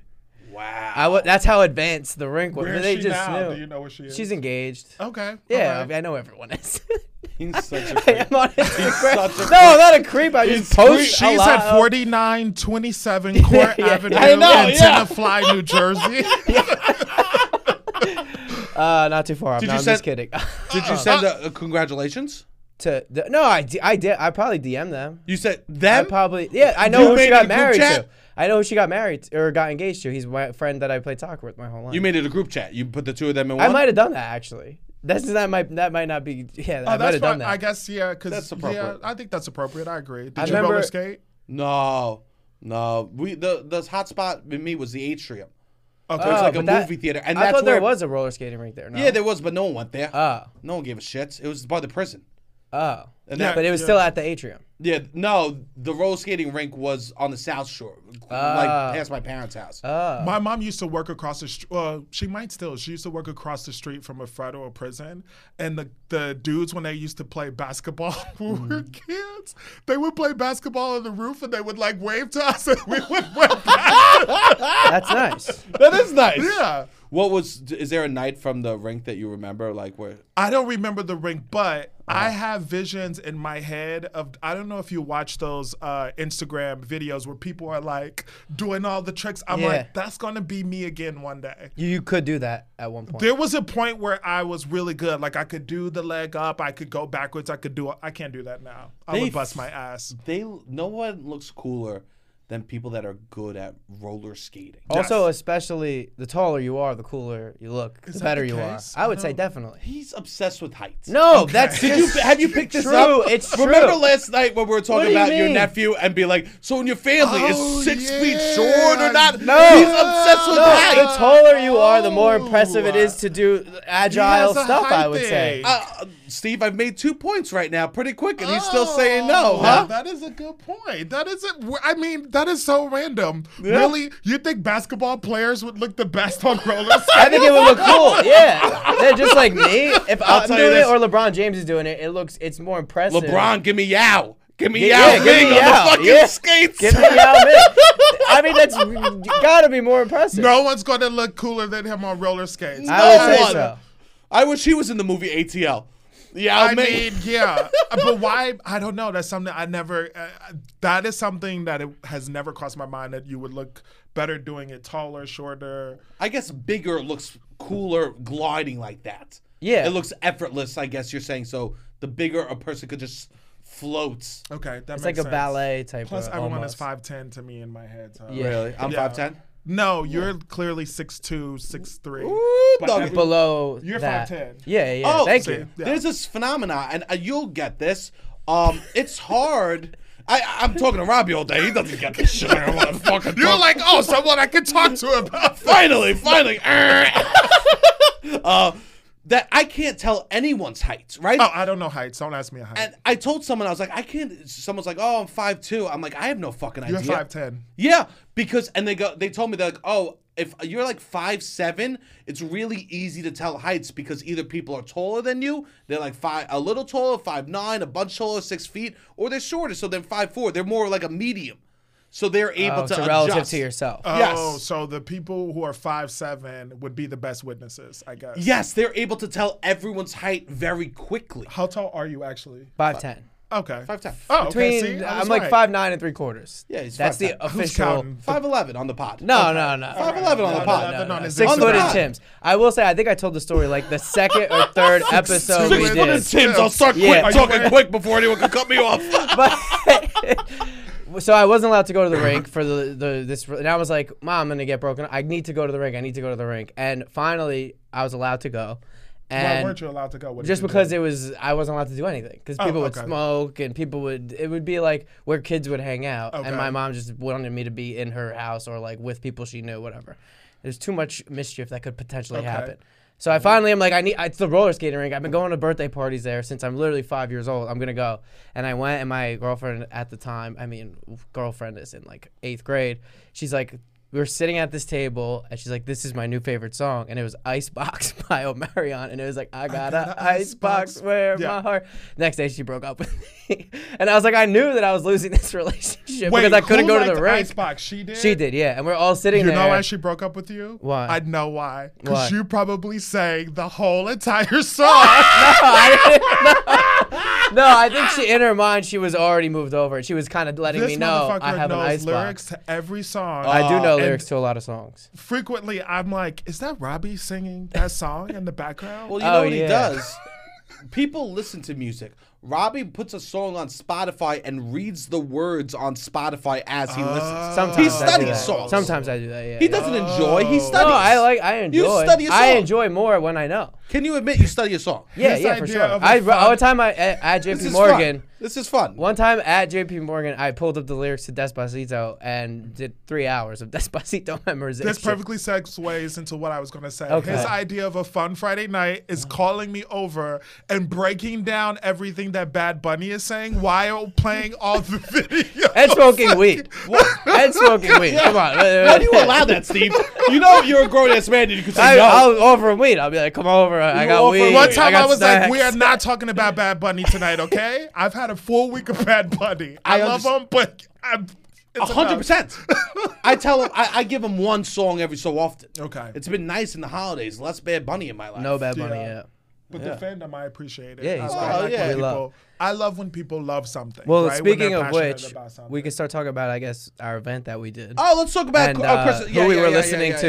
S1: wow.
S2: *laughs* I wa that's how advanced the rink was.
S3: Where is
S2: they
S3: she
S2: just
S3: now?
S2: knew.
S3: Do you know where she is?
S2: She's engaged.
S1: Oh,
S3: okay.
S2: Yeah, I,
S3: okay.
S2: mean, I know everyone is. *laughs*
S1: He's such a
S2: I
S1: creep.
S2: am on
S1: such a
S2: Instagram. No, I'm not a creep. I just
S1: He's
S2: post.
S3: Oh, She's
S2: a lot
S3: at
S2: of- *laughs*
S3: 4927 Court
S2: yeah,
S3: Avenue
S2: I know,
S3: in
S1: yeah.
S3: Tenafly, New Jersey.
S2: *laughs* Uh, not too far. up.
S1: Did
S2: No,
S1: you
S2: I'm
S1: send-
S2: just kidding. *laughs*
S1: Did
S2: Uh-huh.
S1: you send a, a congratulations?
S2: to the, no, I, di- I did. I probably DM them.
S1: You said
S2: I
S1: them.
S2: probably yeah. I
S1: You
S2: know who
S1: made
S2: she
S1: a
S2: got
S1: group
S2: married
S1: chat?
S2: to. I know who she got married to, or got engaged to. He's my friend that I played soccer with my whole life.
S1: you made it a group chat. You put the two of them in one.
S2: I might have done that actually. That's that might that might not be *laughs* yeah. I
S3: Oh,
S2: might
S3: that's
S2: have done
S3: fine.
S2: that.
S3: I guess yeah, because
S1: That's
S3: yeah,
S1: appropriate.
S3: I think that's appropriate. I agree. Did
S2: I
S3: you roller
S2: remember-
S3: skate?
S1: No, no. We the the hot spot with me was the atrium.
S3: Okay.
S1: It was
S2: Oh,
S1: like a
S2: but that-
S1: movie theater, and
S2: I
S1: that's
S2: thought
S1: where
S2: there was a roller skating rink there. No?
S1: Yeah, there was, but no one went there.
S2: Oh,
S1: no one gave a shit. It was by the prison.
S2: oh.
S1: And
S3: Yeah.
S1: that,
S2: But it was
S3: Yeah.
S2: still at the atrium.
S1: yeah, no, the roller skating rink was on the South Shore, like
S2: Ah.
S1: past my parents' house.
S2: Oh,
S3: My mom used to work across the street. Well, she might still. She used to work across the street from a federal prison. And the, the dudes, when they used to play basketball *laughs* when
S2: Mm-hmm.
S3: we were kids, they would play basketball on the roof and they would like wave to us and we would *laughs* wave
S2: *laughs*
S3: back.
S2: that's nice.
S1: that is nice.
S3: yeah.
S1: What was? Is there a night from the rink that you remember? Like where?
S3: I don't remember the rink, but I
S1: Uh-huh.
S3: have visions in my head of I don't know if you watch those uh, Instagram videos where people are like doing all the tricks. I'm
S2: Yeah.
S3: like, that's gonna be me again one day.
S2: *laughs* You, you could do that at one point.
S3: There was a point where I was really good. Like I could do the leg up, I could go backwards, I could do. I can't do that now. I
S1: They
S3: would bust
S1: f-
S3: my ass.
S1: They no one looks cooler than people that are good at roller skating.
S2: Also, especially the taller you are, the cooler you look, the
S3: that
S2: better
S3: the
S2: you are.
S3: case?
S2: I would say definitely.
S1: He's obsessed with heights.
S2: No, that's
S1: Oh. Did you
S2: just
S1: have you picked this
S2: True,
S1: up?
S2: it's true.
S1: Remember last night when we were
S2: What
S1: talking
S2: do you
S1: about your
S2: mean?
S1: nephew and be like, so in your family
S3: Oh,
S1: is six
S3: yeah.
S1: feet short or not?
S2: No.
S1: he's obsessed with Oh.
S2: no, the
S1: heights.
S2: taller you are, the more impressive it is to do agile
S3: He has a
S2: stuff.
S3: height
S2: I would say.
S3: thing.
S1: Uh, Steve, I've made two points right now, pretty quick, and he's still saying no,
S3: Oh,
S1: huh?
S3: That is a good point. That is a, I mean, that is so random. Really, you think basketball players would look the best on
S1: *laughs*
S3: roller
S2: I
S3: skates?
S2: think it would look cool. Yeah, they're just like me. If I'm
S1: tell you
S2: doing it
S1: this.
S2: or LeBron James is doing it, it looks it's more impressive.
S1: LeBron, give me yow, give me
S2: Yeah,
S1: yow,
S2: yeah, give
S1: big
S2: me
S1: on
S2: yow,
S1: the fucking
S2: yeah.
S1: skates.
S2: Give me Yao Ming. I mean, that's gotta be more impressive.
S3: No one's gonna look cooler than him on roller skates.
S2: I would
S1: no
S2: say
S1: one.
S2: so.
S1: *laughs* I wish he was in the movie ATL. Yeah,
S3: I
S1: I mean,
S3: mean, yeah, Uh, but why? I don't know. That's something I never. Uh, that is something that it has never crossed my mind that you would look better doing it taller, shorter.
S1: I guess bigger looks cooler gliding like that.
S2: Yeah.
S1: It looks effortless, I guess you're saying. So the bigger a person could just float.
S3: Okay, that
S2: It's
S3: makes
S2: like a
S3: sense.
S2: ballet type.
S3: Plus,
S2: of
S3: everyone is
S2: almost.
S3: five ten to me in my head. So.
S2: Yeah.
S1: Really? I'm
S3: Yeah.
S1: 5'10?
S3: No, you're clearly six two, six three.
S1: Ooh,
S3: But
S1: doggy.
S3: every-
S2: below
S3: You're
S2: that.
S3: 5'10".
S2: Yeah, yeah.
S1: Oh,
S2: thank
S1: see,
S2: you.
S3: Yeah.
S1: There's this phenomenon, and uh, you'll get this. Um, it's hard. I, I'm talking to Robbie all day. He doesn't get this shit. I don't want to fucking
S3: *laughs* You're
S1: talk.
S3: like, oh, someone I can talk to
S1: *laughs*
S3: about.
S1: finally, finally. *laughs* uh, that I can't tell anyone's height, right?
S3: Oh, I don't know heights. Don't ask me a height.
S1: And I told someone, I was like, I can't. Someone's like, oh, I'm 5'2. I'm like, I have no fucking
S3: you're
S1: idea.
S3: five ten.
S1: Yeah, because and they go they told me they're like, oh, if you're like five seven, it's really easy to tell heights because either people are taller than you, they're like five a little taller, five nine, a bunch taller, six feet, or they're shorter, so then five four. They're more like a medium. So they're able
S2: Oh,
S1: to
S2: so relative
S1: adjust.
S2: to yourself.
S1: Yes.
S3: Oh, so the people who are five seven would be the best witnesses, I guess.
S1: Yes, they're able to tell everyone's height very quickly.
S3: How tall are you actually?
S2: Five ten.
S3: Okay.
S1: Five ten.
S3: Oh, okay.
S2: Between
S3: See, I was
S2: I'm like
S3: right.
S2: five nine and three quarters.
S1: Yeah, he's
S2: that's the
S1: 5'10".
S3: Who's
S2: official.
S3: counting?
S1: Five eleven on the pod.
S2: No, no, no.
S1: Five eleven on the
S3: No,
S1: pod.
S3: no, no, no, no.
S2: Six
S1: On the
S2: footed
S1: pod.
S2: Tim's. I will say, I think I told the story like the second *laughs* or third episode we
S3: footed
S2: did.
S3: Tim's.
S1: Tim's, I'll start
S2: Yeah.
S1: quick,
S2: Are you
S1: talking quick before anyone can cut me
S2: *laughs*
S1: off.
S2: But *laughs* so I wasn't allowed to go to the rink for the, the this, and I was like, "Mom, I'm gonna get broken. I need to go to the rink. I need to go to the rink." And finally, I was allowed to go.
S3: Why
S2: And
S3: weren't you allowed to go? What did
S2: just
S3: you do?
S2: because it was I wasn't allowed to do anything because people would
S3: Oh, okay.
S2: smoke and people would it would be like where kids would hang out
S3: Okay.
S2: and my mom just wanted me to be in her house or like with people she knew whatever. There's too much mischief that could potentially
S3: Okay. Mm-hmm.
S2: happen. So I finally am like I need it's the roller skating rink. I've been going to birthday parties there since I'm literally five years old. I'm gonna go and I went and my girlfriend at the time I mean girlfriend is in like eighth grade. She's like. We were sitting at this table, and she's like, "This is my new favorite song," and it was "Icebox" *laughs* by Omarion, and it was like, "I got
S3: got
S2: an
S3: a
S2: icebox
S3: icebox.
S2: where
S3: Yeah.
S2: my heart. Next day she broke up with me, *laughs* and I was like, I knew that I was losing *laughs* this relationship because I couldn't
S3: who
S2: go to
S3: liked
S2: the rink.
S3: Icebox? She did.
S2: She did, yeah, and we're all sitting
S3: You
S2: there.
S3: know why she broke up with you?
S2: Why?
S3: I know why.
S2: Why?
S3: Because you probably sang the
S2: *laughs*
S3: whole entire song.
S2: no, I think she, in her mind, she was already moved over. She was kind of letting
S3: this
S2: me know
S3: motherfucker
S2: I have an
S3: knows
S2: icebox. Oh.
S3: lyrics to every song.
S2: I do know
S3: and
S2: lyrics to a lot of songs.
S3: Frequently, I'm like, is that Robbie singing that song in the background?
S1: Well, you
S2: Oh,
S1: know what he
S2: yeah.
S1: does? People listen to music. Robbie puts a song on Spotify and reads the words on Spotify as he listens.
S2: Sometimes
S1: he
S2: I do
S1: studies
S2: that.
S1: songs.
S2: Sometimes I do that. Yeah,
S1: He
S2: yeah.
S1: doesn't enjoy. He studies.
S2: Oh. No, I like. I enjoy.
S1: study a
S2: I
S1: song.
S2: enjoy more when I know.
S1: Can you admit you study a song?
S2: Yeah,
S3: This
S2: yeah, for
S3: idea
S2: sure.
S3: of a
S2: I all the
S3: fun-
S2: time. I at, at JP
S1: This is
S2: Morgan.
S1: fun. This is fun.
S2: One time at JP Morgan, I pulled up the lyrics to Despacito and did three hours of *laughs* Despacito memorization. *laughs*
S3: This perfectly segues into what I was going to say.
S2: Okay.
S3: His idea of a fun Friday night is calling me over and breaking down everything that Bad Bunny is saying while playing all the *laughs* videos.
S2: And
S1: *laughs*
S2: smoking weed. and smoking weed. Come on.
S1: Why do you
S2: *laughs*
S1: allow that, Steve? You know you're a grown ass man and you can say
S2: I,
S1: no.
S2: I'll offer him weed. I'll be like, come over. I
S1: You
S2: got
S1: offer
S2: weed.
S1: him
S3: One time I,
S2: got
S3: was like,
S2: snacks."
S3: we are not talking about Bad Bunny tonight, okay? I've had a full week of Bad
S2: *laughs*
S3: Bunny. I,
S1: I
S3: love
S1: underst-
S3: him, but I'm.
S1: A
S3: it's
S1: hundred
S3: enough.
S1: percent. *laughs* I tell him I, I give him one song every so often.
S3: Okay.
S1: It's been nice in the holidays. Less Bad Bunny in my life.
S2: No bad money.
S3: Yeah.
S2: Yeah.
S3: But
S1: Yeah.
S3: the fandom, I appreciate it.
S2: Yeah, he's
S3: I
S1: great.
S3: like
S1: Oh, yeah.
S3: when
S2: We love-
S3: people- I love when people love something.
S2: Well,
S3: right? When
S2: speaking of
S3: they're passionate
S2: which,
S3: about something.
S2: we can start talking about, I guess, our event that we did.
S1: Oh, let's talk about
S2: and
S1: oh,
S2: uh,
S1: Christmas- yeah,
S2: who we
S1: yeah,
S2: were
S1: yeah, yeah,
S2: listening
S1: yeah.
S2: to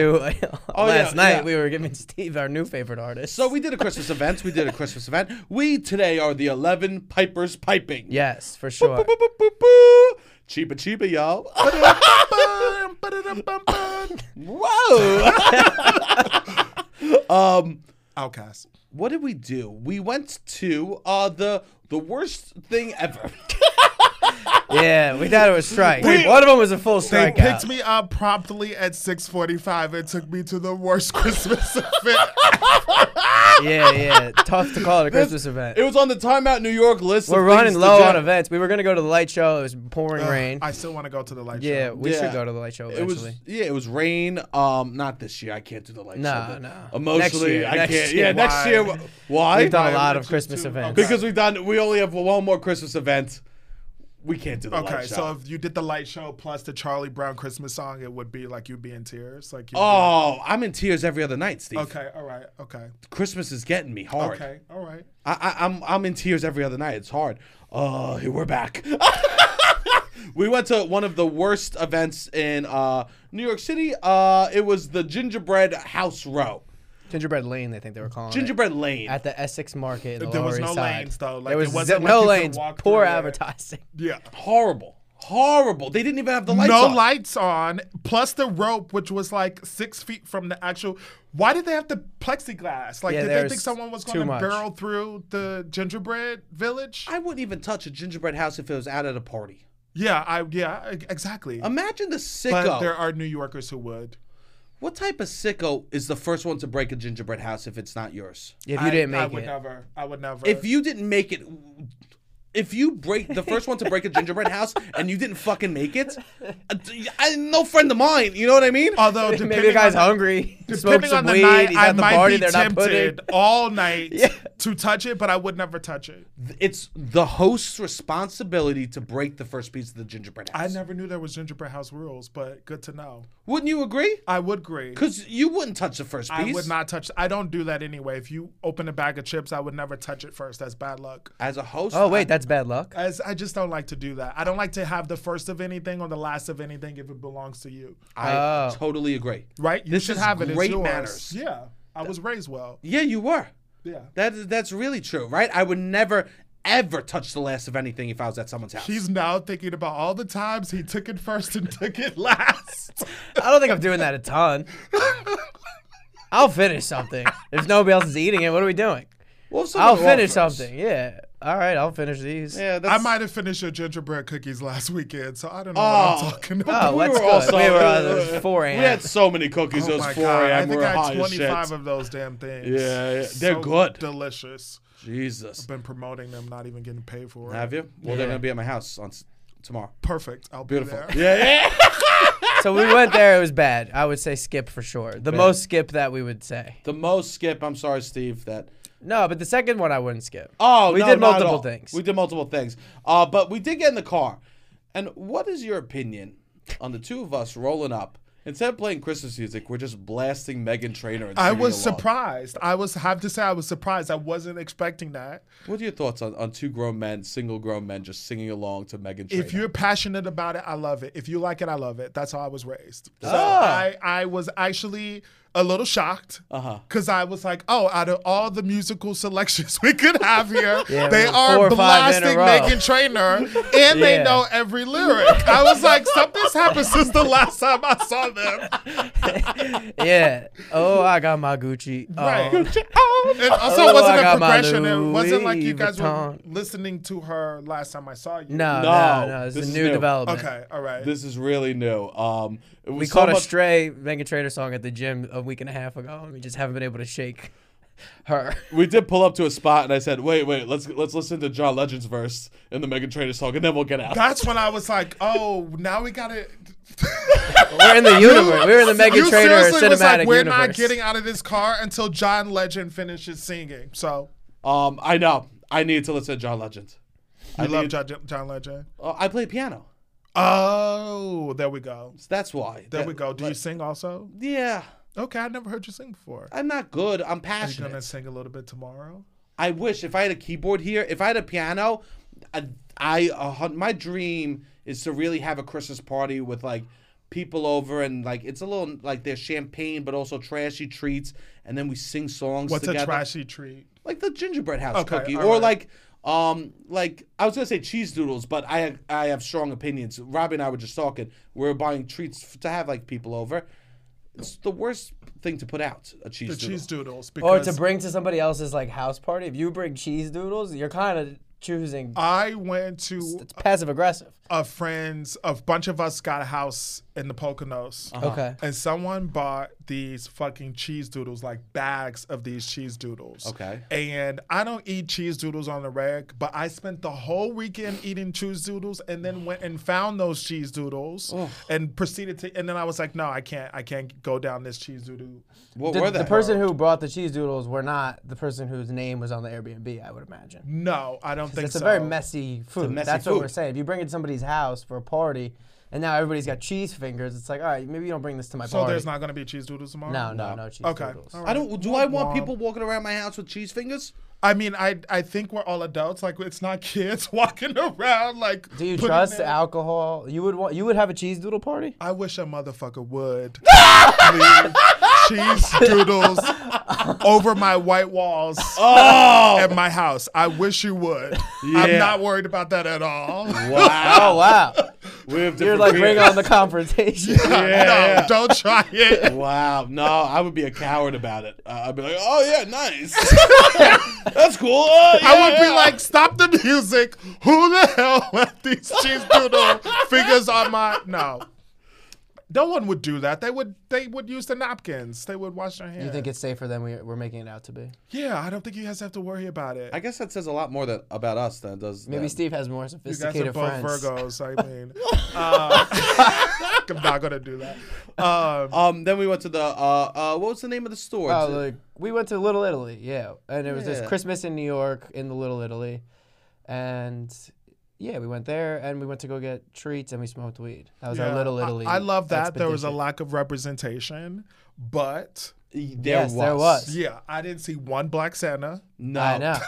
S2: *laughs*
S1: Oh, yeah,
S2: last night.
S1: yeah.
S2: We were giving *laughs* Steve our new favorite artist.
S1: So we did a Christmas event. We did a Christmas event. We today are the 11 Pipers Piping.
S2: yes, for sure.
S1: Boop, boop, boop, boop. Cheeba cheeba, y'all. *laughs*
S3: Bum,
S2: *coughs*
S3: ba-da-dum-bum-bum.
S1: Whoa. *laughs* um,
S3: Outcast.
S1: what did we do? We went to uh the the worst thing ever. *laughs*
S2: yeah, we thought it was strike. One of them was a full
S3: They
S2: strikeout.
S3: picked me up promptly at 6:45 and took me to the worst *laughs* Christmas event.
S2: yeah, yeah. Tough to
S3: *laughs*
S2: call it a Christmas event.
S1: it was on the Time Out New York list. of
S2: We're running
S1: things to
S2: low
S1: do.
S2: on events. We were gonna go to the light show. It was pouring rain.
S3: I still want to go to the light
S2: yeah,
S3: show.
S2: we
S1: Yeah.
S2: should go to the light show
S1: It was
S2: eventually.
S1: yeah, it was rain. Um, not this year. I can't do the lights.
S2: Nah,
S1: so the-
S2: nah. Next
S1: Emotionally,
S2: year,
S1: I
S2: next
S1: can't.
S2: year.
S1: Yeah, next
S3: Why?
S1: year. Why?
S2: We've done
S3: Why
S2: a lot
S3: would
S2: of
S3: you
S2: Christmas
S3: do-
S2: events.
S1: Because we've done. We only have one more Christmas event. We can't do the
S3: Okay,
S1: light show.
S3: so if you did the light show plus the Charlie Brown Christmas song, it would be like you'd be in tears. Like you'd be-
S1: Oh, I'm in tears every other night, Steve.
S3: okay, all right, okay,
S1: Christmas is getting me hard.
S3: okay, all right.
S1: I, I, I'm I'm in tears every other night. It's hard. Oh, here we're back. *laughs* we went to one of the worst events in uh, New York City. Uh, it was the Gingerbread House Row,
S2: Gingerbread Lane, they think they were calling it.
S1: Gingerbread Lane.
S2: At the Essex Market in the
S3: There
S2: Lower
S3: was no
S2: East Side.
S3: lanes, though. Like,
S2: there
S3: it
S2: was
S3: wasn't
S2: no
S3: like you could
S2: lanes.
S3: walk
S2: Poor
S3: through there.
S2: advertising.
S3: Yeah.
S1: Horrible. horrible. They didn't even have the lights
S3: no
S1: on.
S3: lights on, plus the rope, which was like six feet from the actual. Why did they have the plexiglass? Like,
S2: Yeah,
S3: did they
S2: there's
S3: think someone was
S2: too
S3: going to
S2: much.
S3: barrel through the gingerbread village?
S1: I wouldn't even touch a gingerbread house if it was out at a party.
S3: yeah, I yeah, e- exactly.
S1: Imagine the
S3: but
S1: sicko.
S3: there are New Yorkers who would.
S1: what type of sicko is the first one to break a gingerbread house if it's not yours?
S2: If you
S3: I-
S2: didn't
S3: I,
S2: make
S3: would
S2: it,
S3: never. I would never.
S1: If you didn't make it, if you break the first one to break a gingerbread house and you didn't fucking make it, I- I, no friend of mine. You know what I mean?
S3: *laughs* although
S2: *laughs* *laughs*
S3: depending
S2: maybe the guy's
S3: on
S2: hungry. *laughs* he smoked
S3: Depending on
S2: some
S3: the
S2: weed.
S3: night,
S2: he's
S3: I
S2: at the
S3: might
S2: party.
S3: be
S2: They're not putting. *laughs*
S3: tempted all night to touch it, but I would never touch it.
S1: It's the host's responsibility to break the first piece of the gingerbread
S3: I
S1: house.
S3: never knew there was gingerbread house rules, but good to know.
S1: Wouldn't you agree?
S3: I would agree.
S1: Because you wouldn't touch the first piece.
S3: I would not touch. I don't do that anyway. If you open a bag of chips, I would never touch it first. That's bad luck.
S1: As a host.
S2: Oh wait,
S1: I-
S2: that's bad luck.
S3: As I just don't like to do that. I don't like to have the first of anything or the last of anything if it belongs to you.
S1: I
S2: Oh.
S1: totally agree.
S3: Right? You
S1: This
S3: should
S1: is
S3: have it. It's
S1: great
S3: yours.
S1: manners.
S3: Yeah. I was raised well.
S1: Yeah, you were.
S3: Yeah.
S1: That that's really true, right? I would never ever touch the last of anything if I was at someone's house.
S3: He's now thinking about all the times he took it first and took it last.
S2: I don't think I'm doing that a
S3: *laughs*
S2: ton. I'll finish something. If nobody else is eating it, what are we doing?
S1: Well, if
S2: I'll
S1: someone's wrong
S2: finish
S1: first-
S2: something. Yeah. All right, I'll finish these.
S1: Yeah, that's,
S3: I might have finished your gingerbread cookies last weekend, so I don't know what
S1: Oh.
S3: I'm talking
S2: Oh,
S3: about.
S1: We
S2: let's
S1: were
S2: go.
S1: all so-
S2: we were on the 4
S1: We
S2: a.m.
S1: had so many cookies.
S3: Oh
S1: it was
S3: my
S1: 4
S3: God. I
S1: a.m. We
S3: think
S1: were
S3: I
S1: high
S3: had
S1: as
S3: 25
S1: shit.
S3: of those damn things.
S1: Yeah, yeah. They're
S3: So
S1: good.
S3: Delicious.
S1: Jesus.
S3: Been promoting them, not even getting paid for it.
S1: Have you? Well, they're
S2: Yeah.
S1: gonna be at my house on s- tomorrow.
S3: Perfect. I'll
S1: Beautiful.
S3: be there.
S1: Yeah, yeah.
S2: so we went there. It was bad. I would say skip for sure. The most skip that we would say.
S1: the most skip. I'm sorry, Steve. That.
S2: No, but the second one I wouldn't skip.
S1: Oh,
S2: we
S1: no,
S2: did
S1: not at
S2: multiple
S1: all.
S2: things.
S1: We did multiple things. Uh, but we did get in the car. And what is your opinion on the two of us rolling up? Instead of playing Christmas music, we're just blasting Megan Trainor. And
S3: I
S1: singing
S3: was
S1: along.
S3: surprised. I was have to say I was surprised. I wasn't expecting that.
S1: What are your thoughts on, on two grown men, single grown men, just singing along to Megan Trainor?
S3: If you're passionate about it, I love it. If you like it, I love it. That's how I was raised. So
S2: Ah.
S3: I, I was actually a little shocked
S2: Uh-huh.
S3: because I was like, oh, out of all the musical selections *laughs* we could have here,
S2: *laughs* Yeah,
S3: they
S2: like
S3: are
S2: four or five in a
S3: blasting
S2: row.
S3: Megan Trainor and they
S2: Yeah.
S3: know every lyric. I was like, something's happened since the last time I saw them.
S2: *laughs* yeah. Oh, I got my Gucci. Oh.
S3: Right. *laughs*
S2: *laughs*
S3: And also, it
S2: Oh,
S3: wasn't
S2: I
S3: a
S2: got my
S3: progression. It wasn't like you
S2: Louis
S3: guys were
S2: Vuitton.
S3: listening to her last time I saw you. *laughs*
S2: No,
S1: No,
S2: no, no. This,
S1: this
S2: is
S1: is
S2: a new,
S1: new.
S2: development.
S3: Okay, all right.
S1: this is really new. Um, it was
S2: We
S1: so
S2: caught a
S1: much-
S2: stray Megan Trainor song at the gym a week and a half ago, and we just haven't been able to shake her.
S1: We did pull up to a spot, and I said, "Wait, wait, let's let's listen to John Legend's verse in the Megan Trainor song, and then we'll get out."
S3: That's when I was like, oh, now we got to.
S2: We're in the universe. We're in the Megan Trainor cinematic
S3: we're
S2: universe.
S3: not getting out of this car until John Legend finishes singing. So
S1: um, I know. I need to listen to John Legend.
S3: I
S1: I
S3: love
S1: need-
S3: John, John Legend.
S1: Uh, I play piano.
S3: Oh, there we go.
S1: So that's why.
S3: There
S1: That-
S3: we go. Do you sing also?
S1: Yeah,
S3: Okay, I never heard you sing before.
S1: I'm not good. I'm
S3: Are you
S1: passionate.
S3: gonna sing a little bit tomorrow?
S1: I wish if I had a keyboard here, if I had a piano, I, I a hun- my dream is to really have a Christmas party with like people over and like it's a little like there's champagne but also trashy treats and then we sing songs
S3: What's
S1: together.
S3: a trashy treat?
S1: like the gingerbread house
S3: Okay,
S1: cookie,
S3: all
S1: or
S3: right.
S1: like, um, like I was gonna say cheese doodles, but I I have strong opinions. Robbie and I were just talking. We were are buying treats f- to have like people over. It's the worst thing to put out a cheese
S3: The
S1: doodle.
S3: cheese doodles.
S2: or
S3: Because
S2: to bring to somebody else's like house party. If you bring cheese doodles, you're kind of choosing.
S3: I went to
S2: it's passive aggressive.
S3: a friend's, a bunch of us got a house in the Poconos.
S2: Okay.
S3: And someone bought these fucking cheese doodles, like bags of these cheese doodles.
S1: Okay.
S3: And I don't eat cheese doodles on the reg, but I spent the whole weekend eating cheese doodles and then went and found those cheese doodles and proceeded to and then I was like, no, I can't I can't go down this cheese doodle.
S1: What
S2: The,
S1: were
S2: the
S1: they?
S2: person who brought the cheese doodles were not the person whose name was on the Airbnb. I would imagine.
S3: No, I don't think
S2: It's
S3: so.
S2: a very messy food.
S1: messy
S2: That's
S1: food.
S2: what we're saying. If you bring it to somebody's house for a party, and now everybody's got cheese fingers, it's like, all right, maybe you don't bring this to my
S3: So
S2: party.
S3: there's not gonna be cheese doodles tomorrow?
S2: No, no, no cheese
S3: Okay.
S2: doodles.
S3: all right.
S1: I don't. Do I want
S3: Womp womp.
S1: people walking around my house with cheese fingers?
S3: I mean, I I think we're all adults. Like it's not *laughs* kids walking around like.
S2: Do you
S3: putting
S2: trust
S3: in-
S2: alcohol? You would want. You would have a cheese doodle
S3: *laughs*
S2: party.
S3: I wish a motherfucker would leave cheese doodles over my white walls
S1: Oh
S3: at my house. I wish you would.
S1: Yeah. *laughs*
S3: I'm not worried about that at
S2: *laughs*
S3: all.
S1: wow!
S2: Oh wow!
S1: We have
S4: You're
S1: different
S4: like
S1: beers.
S4: bring on the
S3: *laughs*
S4: confrontation.
S3: no, don't try it.
S1: Wow, no, I would be a coward about it. Uh, I'd be like, "Oh yeah,
S2: *laughs*
S1: nice, that's cool." Oh, yeah,
S3: I would be
S1: yeah."
S3: like, stop the music. Who the hell left these cheese doodle fingers on my? No, no one would do that. They would. They would use the napkins. They would wash their hands.
S2: You think it's safer than we, we're making it out to be?
S3: Yeah, I don't think you guys have to worry about it.
S1: I guess that says a lot more that about us than it does.
S2: Maybe
S1: them.
S2: Steve has more
S3: you guys
S2: sophisticated
S3: are both
S2: friends. *laughs*
S3: Virgos. I mean, uh, *laughs* I'm not gonna do that. Um,
S1: Um, then we went to the uh, uh, what was the name of the store?
S2: Oh,
S1: It's-
S2: like we went to Little Italy, yeah, and it was
S1: Yeah.
S2: this Christmas in New York in the Little Italy, and yeah, we went there and we went to go get treats and we smoked weed. That was
S3: yeah,
S2: our Little
S3: I-
S2: Italy.
S3: I, love that there was a
S2: expedition.
S3: lack of representation, but
S1: there
S2: yes,
S1: was.
S2: there was.
S3: yeah, I didn't see one black Santa.
S1: No,
S2: I
S3: *laughs*
S2: know.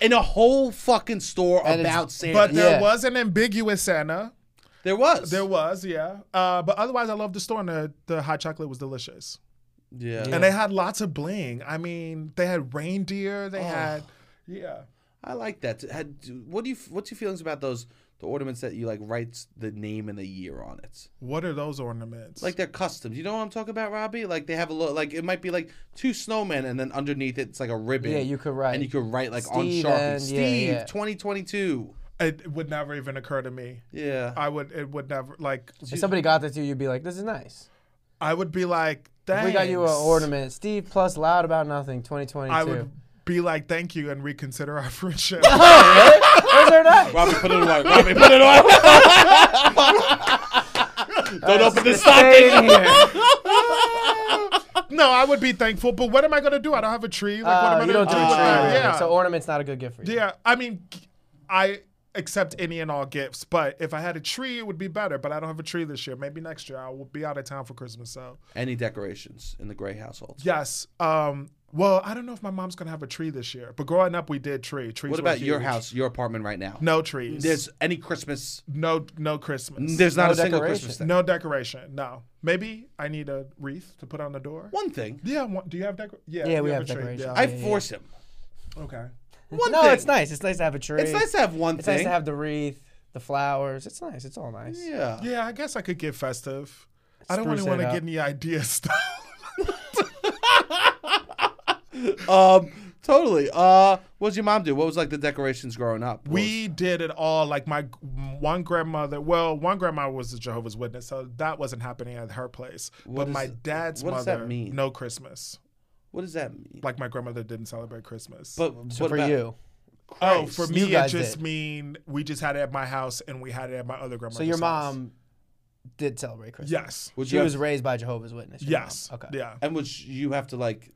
S1: in a whole fucking store
S2: And it's-
S1: about Santa.
S3: But there
S2: Yeah.
S3: was an ambiguous Santa.
S1: there was.
S3: There was, yeah. Uh, but otherwise, I loved the store, and the, the hot chocolate was delicious.
S1: yeah.
S3: And they had lots of bling. I mean, they had reindeer.
S2: Oh.
S3: They had, yeah.
S1: I like that. Had, what do you? What's your feelings about those? The ornaments that you like writes the name and the year on it.
S3: What are those ornaments?
S1: Like they're customs. You know what I'm talking about, Robbie? Like they have a little. Like it might be like two snowmen, and then underneath it's like a ribbon.
S2: Yeah, you could write
S1: And you could write like on
S2: Steve
S1: Sharpie.
S2: and- yeah,
S1: Steve,
S2: yeah.
S1: 2022.
S3: it would never even occur to me.
S1: Yeah.
S3: I would. It would never. Like
S2: If somebody got that to you, you'd be like, "This is nice."
S3: I would be like, thanks.
S2: If we got you an ornament, Steve plus loud about nothing, 2022.
S3: I would be like, thank you, and reconsider our *laughs*
S2: *laughs*
S3: friendship.
S2: Those are nice.
S1: Robbie, put it away. Robbie, put it *laughs* away. Don't open this
S3: *laughs*
S2: Stay
S1: stocking.
S2: in here.
S3: no, I would be thankful. But what am I gonna do? I don't have a tree. Like, what am
S2: Uh,
S3: I
S2: you
S3: gonna
S2: don't do
S3: do
S2: a
S3: with
S2: tree.
S3: that?
S2: really.
S3: Yeah.
S2: So ornaments not a good gift for you.
S3: Yeah, I mean, I accept any and all gifts, but if I had a tree, it would be better. But I don't have a tree this year. Maybe next year. I will be out of town for Christmas, so
S1: Any decorations in the Gray household?
S3: yes. Um, well, I don't know if my mom's gonna have a tree this year, but growing up, we did tree. Trees.
S1: What
S3: were
S1: about your
S3: huge.
S1: house, your apartment right now?
S3: No trees.
S1: There's any Christmas?
S3: no no Christmas.
S1: There's not
S2: No
S1: a single
S2: decoration.
S1: Christmas thing.
S3: no decoration. No. Maybe I need a wreath to put on the door.
S1: One thing.
S3: Yeah. one- Do you have decor? Yeah.
S2: Yeah,
S3: you
S2: we have
S3: a tree.
S2: decoration.
S1: I
S2: Yeah, yeah,
S1: force him.
S3: Yeah. Okay.
S1: One
S2: no,
S1: thing.
S2: it's nice. It's nice to have a tree.
S1: It's nice to have one
S2: It's
S1: thing.
S2: nice to have the wreath, the flowers. It's nice. It's all nice.
S1: yeah.
S3: Yeah, I guess I could get festive. I don't
S2: Spruce
S3: really want
S2: it
S3: to
S2: up.
S3: get any *laughs* ideas though.
S1: Um. Totally. Uh. What does your mom do? What was like the decorations growing up? What was-
S3: We did it all. Like my g- one grandmother, well, one grandma was a Jehovah's Witness, so that wasn't happening at her place.
S1: What
S3: but
S1: is-
S3: my dad's
S1: what
S3: mother,
S1: does that mean?
S3: no Christmas.
S1: What does that mean?
S3: Like my grandmother didn't celebrate Christmas.
S1: But
S2: So
S1: what
S2: for
S1: about-
S2: you.
S3: oh, for
S2: Christ.
S3: me,
S2: You
S3: it
S2: guys
S3: just
S2: did.
S3: mean we just had it at my house and we had it at my other grandmother's.
S2: So your
S3: house.
S2: mom did celebrate Christmas.
S3: Yes.
S1: Would
S2: She
S1: you
S2: was
S1: have-
S2: raised by Jehovah's Witness. your
S3: Yes.
S2: mom. Okay.
S3: Yeah.
S1: and would sh- you have to like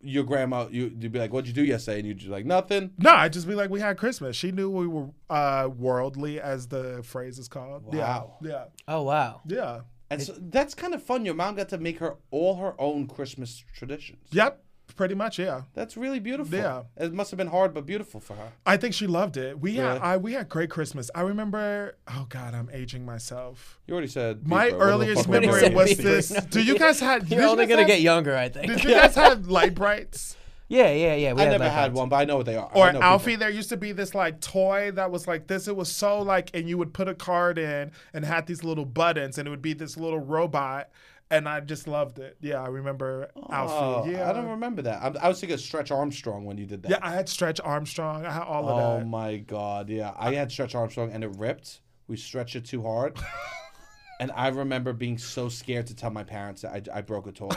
S1: your grandma? You, you'd be like, "What'd you do yesterday?" And you'd be like, "Nothing."
S3: No, I'd just be like, we had Christmas. She knew we were uh, worldly, as the phrase is called.
S1: Wow.
S3: Yeah. Yeah.
S2: Oh wow.
S3: Yeah.
S1: And so that's kind of fun. Your mom got to make her all her own Christmas traditions.
S3: Yep. Pretty much. Yeah.
S1: That's really beautiful.
S3: Yeah.
S1: It must have been hard, but beautiful for her.
S3: I think she loved it. We
S1: Really?
S3: had I, we had great Christmas. I remember. Oh God, I'm aging myself.
S1: You already said
S3: My
S1: beef, bro. What the
S3: earliest
S1: fuck are we
S3: memory
S1: doing?
S2: said
S1: *laughs*
S3: was
S2: beef, bro.
S3: this. Do you guys had?
S2: You're
S3: did
S2: only
S3: you
S2: gonna
S3: guys
S2: get
S3: have,
S2: younger, I think.
S3: Did you guys have light brights
S2: *laughs* yeah, yeah, yeah. We
S1: I
S2: had
S1: never
S2: like
S1: had
S2: that.
S1: one, but I know what they are. I
S3: or
S1: know
S3: Alfie? There used to be this like toy that was like this. It was so like, and you would put a card in and had these little buttons, and it would be this little robot. And I just loved it. Yeah, I remember
S1: people. Oh,
S3: Alfie. Yeah,
S1: I don't remember that. I'm, I was thinking of Stretch Armstrong when you did that.
S3: Yeah, I had Stretch Armstrong. I had all of
S1: Oh
S3: that.
S1: my god, yeah. I had Stretch Armstrong and it ripped. We stretched it too
S3: *laughs*
S1: hard. and I remember being so scared to tell my parents that I, I broke a toy.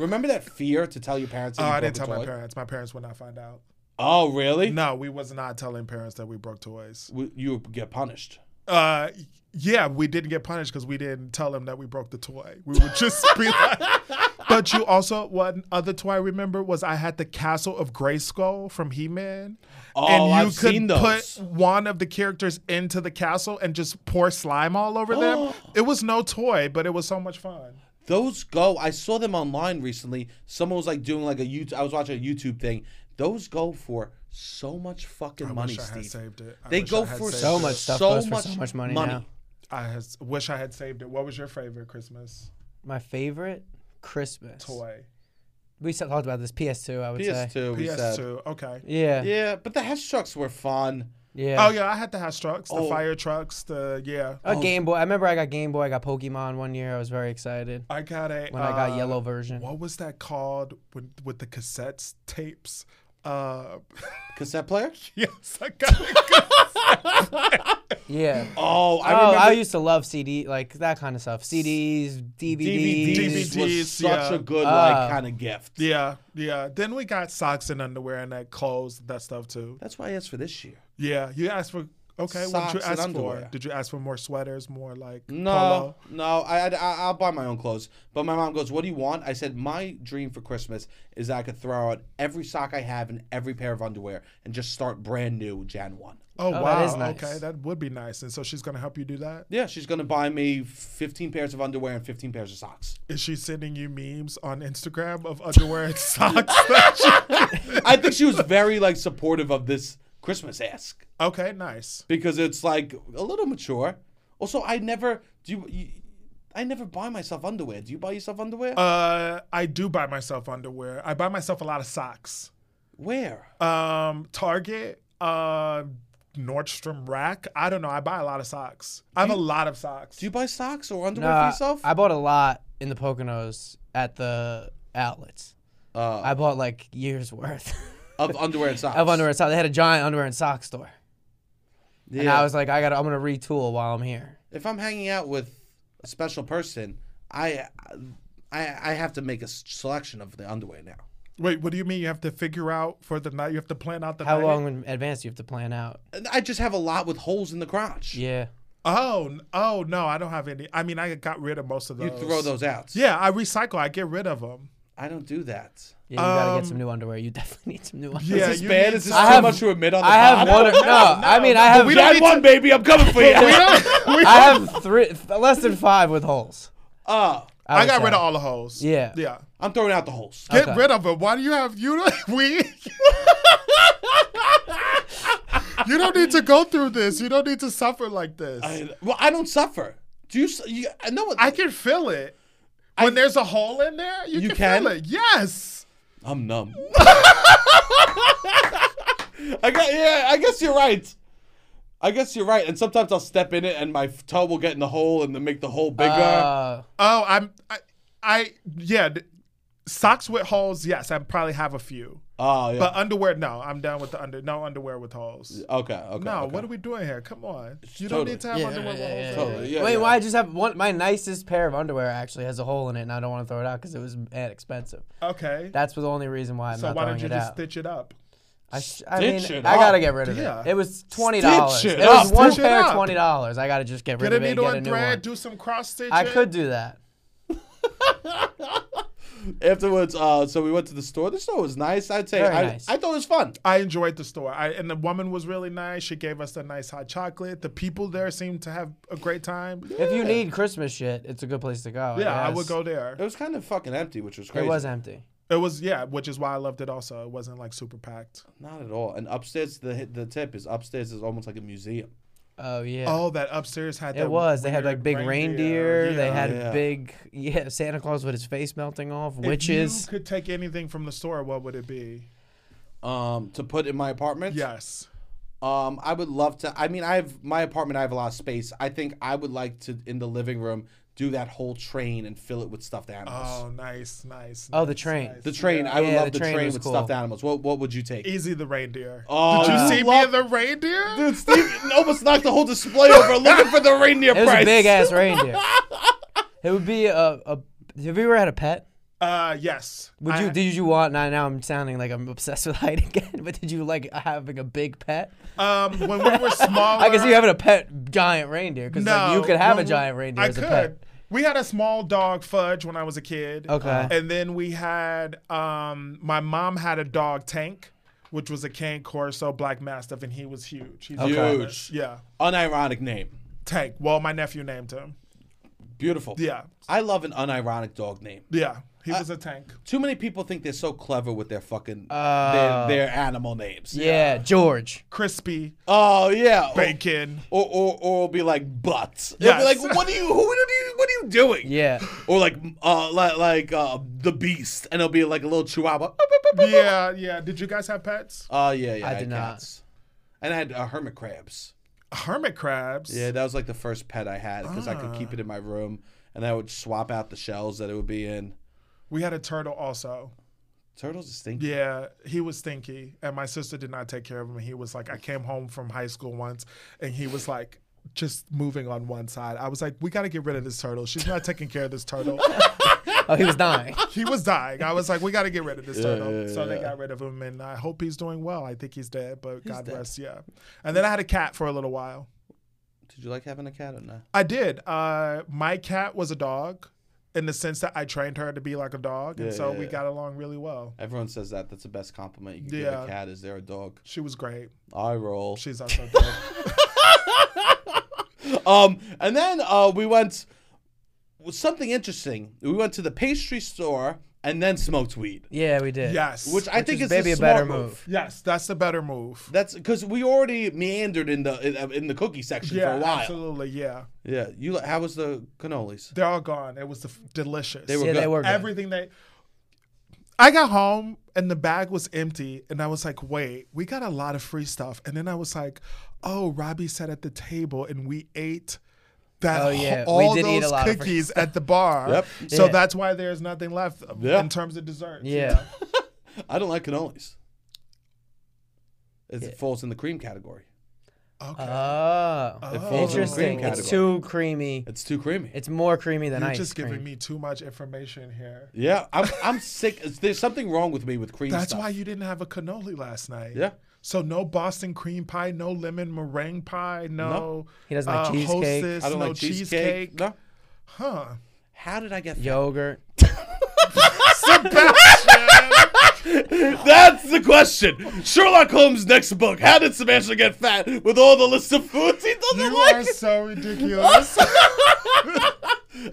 S1: remember that fear to tell your parents that
S3: Oh,
S1: you
S3: I
S1: broke
S3: didn't
S1: a
S3: tell my
S1: toy?
S3: parents. My parents would not find out.
S1: Oh, really?
S3: No, we was not telling parents that we broke toys.
S1: W- You would get punished.
S3: Uh, yeah, we didn't get punished because we didn't tell them that we broke the toy. We would just be like.
S1: *laughs*
S3: But you also, one other toy I remember was I had the Castle of Grayskull from He Man.
S1: Oh, I've seen those.
S3: put one of the characters into the castle and just pour slime all over
S1: Oh.
S3: them. It was no toy, but it was so much fun.
S1: Those go. I saw them online recently. Someone was like doing like a YouTube. I was watching a YouTube thing. Those go for so much fucking money,
S3: wish I
S1: Steve.
S3: had saved it. I
S1: They
S3: wish
S1: go
S3: I had
S1: for
S3: saved
S1: so
S3: it.
S1: much
S2: much stuff
S1: so
S2: goes for
S1: much,
S2: so much money now.
S3: I has, wish I had saved it. What was your favorite Christmas
S2: My favorite Christmas.
S3: toy?
S2: We still talked about this PS2. I would say.
S1: PS2, we said.
S3: PS2. Okay.
S2: Yeah.
S1: Yeah, but the Hess trucks were fun.
S2: Yeah.
S3: Oh yeah, Oh. I had to have trucks, the
S1: Oh.
S3: fire trucks, the yeah.
S2: A Game Boy. I remember I got Game Boy. I got Pokemon one year. I was very excited
S3: I got a
S2: when I got
S3: uh,
S2: yellow version.
S3: What was that called with, with the cassettes tapes? Uh, *laughs*
S1: Cassette player?
S3: yes, I got *laughs* it.
S2: Yeah.
S3: *gasps*
S1: Oh,
S2: I
S1: I
S2: oh,
S1: remember.
S2: I used to love CD, like that kind of stuff. CDs, DVDs.
S1: DVDs, was
S3: DVDs,
S1: such
S3: yeah.
S1: a good
S2: Ah.
S1: like kind of gift.
S3: yeah, yeah. Then we got socks and underwear and that clothes, that stuff too.
S1: That's why I asked for this year.
S3: Yeah, you asked for okay.
S1: Socks
S3: what did
S1: and
S3: you ask
S1: underwear.
S3: for? Did you ask for more sweaters, more like
S1: No,
S3: polo? Oh,
S1: no, I, I I'll buy my own clothes. But my mom goes, "What do you want?" I said, "My dream for Christmas is that I could throw out every sock I have and every pair of underwear and just start brand new Jan one."
S3: Oh,
S2: that
S3: wow.
S2: is nice.
S3: Okay, that would be nice. And so she's gonna help you do that.
S1: Yeah, she's gonna buy me 15 pairs of underwear and 15 pairs of socks.
S3: Is she sending you memes on Instagram of underwear and *laughs* socks? that you-
S1: I think she was very like supportive of this Christmas ask
S3: *laughs* okay, nice.
S1: because it's like a little mature. Also, I never do. You, you, I never buy myself underwear. Do you buy yourself underwear?
S3: Uh, I do buy myself underwear. I buy myself a lot of socks.
S1: Where?
S3: Um, Target, uh, Nordstrom Rack. I don't know. I buy a lot of socks. I have a lot of socks.
S1: Do you buy socks or underwear
S2: Nah,
S1: for yourself?
S2: I bought a lot in the Poconos at the outlets.
S1: uh,
S2: I bought like years
S3: *laughs*
S2: worth
S1: of underwear and socks.
S2: of underwear and socks. They had a giant underwear and sock store,
S1: Yeah.
S2: and I was like, I got, to I'm gonna retool while I'm here.
S1: if I'm hanging out with a special person, I I I have to make a s- selection of the underwear now.
S3: Wait, what do you mean? You have to figure out for the night. You have to plan out the
S2: How
S3: night?
S2: long in advance do you have to plan out?
S1: And I just have a lot with holes in the crotch.
S2: Yeah.
S3: Oh, n- oh no, I don't have any. I mean, I got rid of most of
S1: You
S3: those.
S1: throw those out.
S3: Yeah, I recycle. I get rid of *laughs* them.
S1: I don't do that.
S2: Yeah, you gotta get some new underweare. You *laughs* definitely need some new underwear.
S3: Um, Yeah,
S1: Is this
S3: you
S1: bad?
S3: need
S1: Is this
S3: some-
S1: too
S2: I have-
S1: much to admit on the
S2: I have
S1: pod?
S2: one. No, I mean I have.
S1: We don't need one, baby. I'm coming for you.
S2: *laughs* I have three, th- less than five with holes.
S1: uh,
S3: I got
S2: would
S3: rid
S2: say.
S3: of all the holes.
S2: Yeah.
S3: Yeah.
S1: I'm throwing out the holes.
S3: Get
S2: Okay.
S3: rid of it. Why do you have you don't- *laughs* we? you don't need to go through this. You don't need to suffer like this. I,
S1: I- well, I don't suffer. Do you? s- you I know what.
S3: can feel it. When there's a hole in there, you,
S1: You
S3: can,
S1: can?
S3: feel it. Yes.
S1: I'm numb. *laughs* I got yeah. I guess you're right. I guess you're right. And sometimes I'll step in it, and my f- toe will get in the hole, and then make the hole bigger.
S2: Uh,
S3: Oh, I'm I, I yeah. th- Socks with holes, yes, I probably have a few.
S1: oh yeah.
S3: But underwear, no, I'm down with the under no underwear with holes.
S1: okay. Okay.
S3: No,
S1: okay.
S3: what are we doing here? Come on. You
S1: Totally.
S3: don't need to have
S2: yeah,
S3: underwear with holes.
S2: yeah,
S3: in
S2: yeah,
S3: it.
S1: Totally,
S2: yeah.
S1: yeah,
S2: Wait,
S1: yeah.
S2: why I just have one? My nicest pair of underwear actually has a hole in it, and I don't want to throw it out because it was mad expensive.
S3: Okay.
S2: That's the only reason why I'm
S3: so
S2: not
S3: why
S2: throwing
S3: don't you
S2: it
S3: just
S2: out.
S3: stitch it up?
S2: I, sh- I mean,
S1: Stitch it
S2: I gotta
S1: up.
S2: get rid of
S3: Yeah.
S2: it. It was twenty dollars.
S1: Stitch
S2: It,
S1: it
S2: was
S1: up.
S2: one
S3: Stitch it
S2: pair,
S3: up.
S2: twenty dollars. I gotta just get rid
S3: Get a
S2: of it and
S3: needle
S2: get a
S3: and
S2: new
S3: thread,
S2: one.
S3: do some cross stitching.
S2: I could do that.
S1: Afterwards, uh, so we went to the store. The store was nice. I'd say
S2: Very
S1: I,
S2: nice.
S1: I thought it was fun.
S3: I enjoyed the store. I, and the woman was really nice. She gave us a nice hot chocolate. The people there seemed to have a great time. Yeah,
S2: If you need Christmas shit, it's a good place to go.
S3: I
S2: guess.
S3: would go
S1: It
S3: there.
S1: was kind of fucking empty, which was
S2: It
S1: crazy.
S2: was empty.
S3: It was yeah, which is why I loved it also. It wasn't like super packed.
S1: not at all. And upstairs, the the tip is upstairs is almost like a museum.
S2: Oh yeah.
S3: Oh, that upstairs had that
S2: It was. They had
S3: weird
S2: like big reindeer. They
S3: Yeah.
S2: had
S1: Yeah.
S2: big yeah Santa Claus with his face melting off.
S3: If
S2: Witches.
S3: you could take anything from the store, what would it be?
S1: Um, to put in my apartment.
S3: Yes.
S1: Um, I would love to. I mean, I have my apartment. I have a lot of space. I think I would like to in the living room do that whole train and fill it with stuffed animals.
S3: Oh, nice, nice.
S2: Oh, the
S3: nice,
S2: train.
S3: nice.
S1: the train. I would
S2: Yeah,
S1: love
S2: the
S1: the
S2: train
S1: train,
S2: was
S1: with
S2: cool.
S1: stuffed animals. What What would you take?
S3: Easy the reindeer.
S1: Oh,
S3: Did you
S1: you
S3: see me
S1: love-
S3: in the reindeer?
S1: Dude, Steve *laughs* almost knocked the whole display *laughs* over looking for the reindeer
S2: It was
S1: price.
S2: a big ass reindeer.
S3: *laughs*
S2: It would be a, a. Have you ever had a pet?
S3: Uh, yes.
S2: Would
S3: I-
S2: you? Did you want? Now, now I'm sounding like I'm obsessed with *laughs* height again. But did you like having a big pet?
S3: Um, when we
S2: *laughs*
S3: were smaller,
S2: I can see you having a pet giant reindeer because like, you could have a
S3: when we-
S2: giant reindeer
S3: I
S2: as
S3: could.
S2: a pet.
S3: We had a small dog Fudge when I was a kid.
S2: Okay.
S3: And then we had um, my mom had a dog Tank, which was a Cane Corso Black Mastiff, and he was huge. He's
S1: Huge.
S3: Yeah.
S1: Unironic name.
S3: Tank. Well, my nephew named him.
S1: Beautiful.
S3: Yeah.
S1: I love an unironic dog name.
S3: Yeah. He
S2: Uh,
S3: was a tank.
S1: Too many people think they're so clever with their fucking
S2: Oh.
S1: their, their animal names.
S2: Yeah, George.
S3: Crispy
S1: Oh yeah. Or,
S3: bacon.
S1: or or or it'll be like butts. It'll
S3: Yes.
S1: be like what are you who what are you what are you doing?
S2: Yeah.
S1: Or like uh like like uh the beast and it'll be like a little chihuahua.
S3: Yeah, yeah. Did you guys have pets?
S1: Oh yeah yeah.
S2: I
S1: had
S2: did not.
S1: cats. And I had uh, hermit crabs.
S3: Hermit crabs.
S1: Yeah, that was like the first pet I had because I could keep it in my room, and I would swap out the shells that it would be in.
S3: We had a turtle also.
S1: Turtles are stinky.
S3: Yeah, he was stinky, and my sister did not take care of him. He was like, I came home from high school once, and he was like, just moving on one side. I was like, we got to get rid of this turtle. She's not taking care of
S1: *laughs*
S3: this turtle.
S2: Oh, he was dying.
S3: he was dying. I was like, we got to get rid of this turtle.
S1: yeah,
S3: so they
S1: yeah.
S3: got rid of him, and I hope he's doing well. I think he's dead, but God rest. Yeah. And then I had a cat for a little while.
S1: Did you like having a cat or not?
S3: I did. Uh, my cat was a dog, in the sense that I trained her to be like a dog, and
S1: Yeah,
S3: so
S1: yeah,
S3: we
S1: yeah.
S3: got along really well.
S1: Everyone says that. That's the best compliment you can give
S3: Yeah.
S1: a cat is they're a dog.
S3: She was great.
S1: I roll.
S3: She's also
S1: *laughs*
S3: good.
S1: Um, and then uh, we went was something interesting. We went to the pastry store and then smoked weed,
S2: Yeah, we did.
S3: yes.
S1: which, I think is
S2: is maybe
S1: a
S2: a better
S1: smart
S2: move.
S3: Yes, that's the better move.
S1: That's because we already meandered in the in, in the cookie section
S3: Yeah,
S1: for a while.
S3: absolutely. Yeah,
S1: Yeah, you. li- How was the cannolis?
S3: they're all gone. It was the f- delicious.
S1: They were
S2: Yeah,
S1: good.
S2: they were good.
S3: everything they. I got home and the bag was empty, and I was like, "Wait, we got a lot of free stuff." And then I was like, "Oh, Robbie sat at the table and we ate." That
S2: Oh, yeah.
S3: whole-
S2: We
S3: all
S2: did eat
S3: those
S2: a lot of free
S3: cookies at the bar.
S1: Yep.
S3: So
S2: Yeah.
S3: that's why there's nothing left um,
S1: Yeah.
S3: in terms of desserts.
S2: Yeah.
S1: I don't like cannolis. It falls in the cream category.
S2: Uh,
S3: Okay.
S2: Oh.
S1: It falls in the cream
S2: Interesting.
S1: category.
S2: It's too creamy.
S1: It's too creamy.
S2: It's more creamy than
S3: You're
S2: ice
S3: just giving
S2: cream.
S3: me too much information here.
S1: yeah, I'm I'm sick. There's something wrong with me with cream.
S3: That's
S1: stuff.
S3: why you didn't have a cannoli last night.
S1: Yeah.
S3: So no Boston cream pie, no lemon meringue pie, no.
S2: He doesn't like
S3: uh,
S2: cheesecake.
S3: Hostess,
S1: I don't
S3: no
S1: like
S3: cheesecake.
S1: cheesecake. No.
S3: Huh.
S1: How did I get?
S2: Yogurt.
S3: Sebastian!
S1: That's the question. Sherlock Holmes' next book. How did Sebastian get fat with all the list of foods he doesn't
S2: *laughs*
S3: you
S1: like?
S3: are so ridiculous.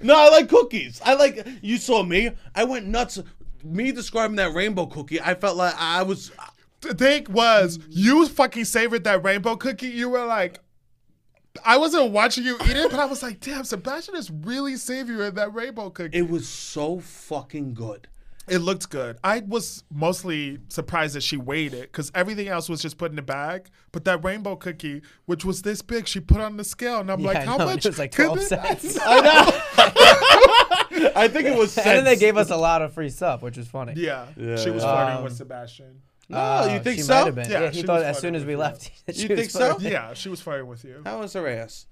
S1: No, I like cookies. I like. You saw me. I went nuts. Me describing that rainbow cookie, I felt like I was.
S3: the thing was, you fucking savored that rainbow cookie. You were like, I wasn't watching you eat it, but I was like, damn, Sebastian is really savoring that rainbow cookie. It,
S1: It was so fucking good.
S3: looked good. I was mostly surprised that she weighed it because everything else was just put in the bag. But that rainbow cookie, which was this big, she put on the scale, and I'm
S2: Yeah,
S3: like,
S2: I
S3: how
S2: know, *laughs*
S3: much?
S2: It was like
S3: could
S2: 12 *laughs*
S3: it-
S2: cents.
S1: I think it was. Sense.
S2: *laughs* And then they gave us a lot of free stuff, which was funny.
S3: *laughs* Yeah,
S1: Yeah,
S3: she was
S1: yeah.
S3: flirting
S2: Um,
S3: with Sebastian.
S1: No, Ah, you
S2: Uh,
S1: think
S2: she
S1: so?
S2: Might have been.
S3: Yeah,
S2: Yeah, he
S3: she
S2: thought
S3: was
S2: as soon
S3: flirting
S2: as we
S3: with
S2: left. *laughs* that
S1: You
S2: she was
S1: think so?
S2: flirting.
S3: Yeah, she was flirting with you.
S1: How was her ass?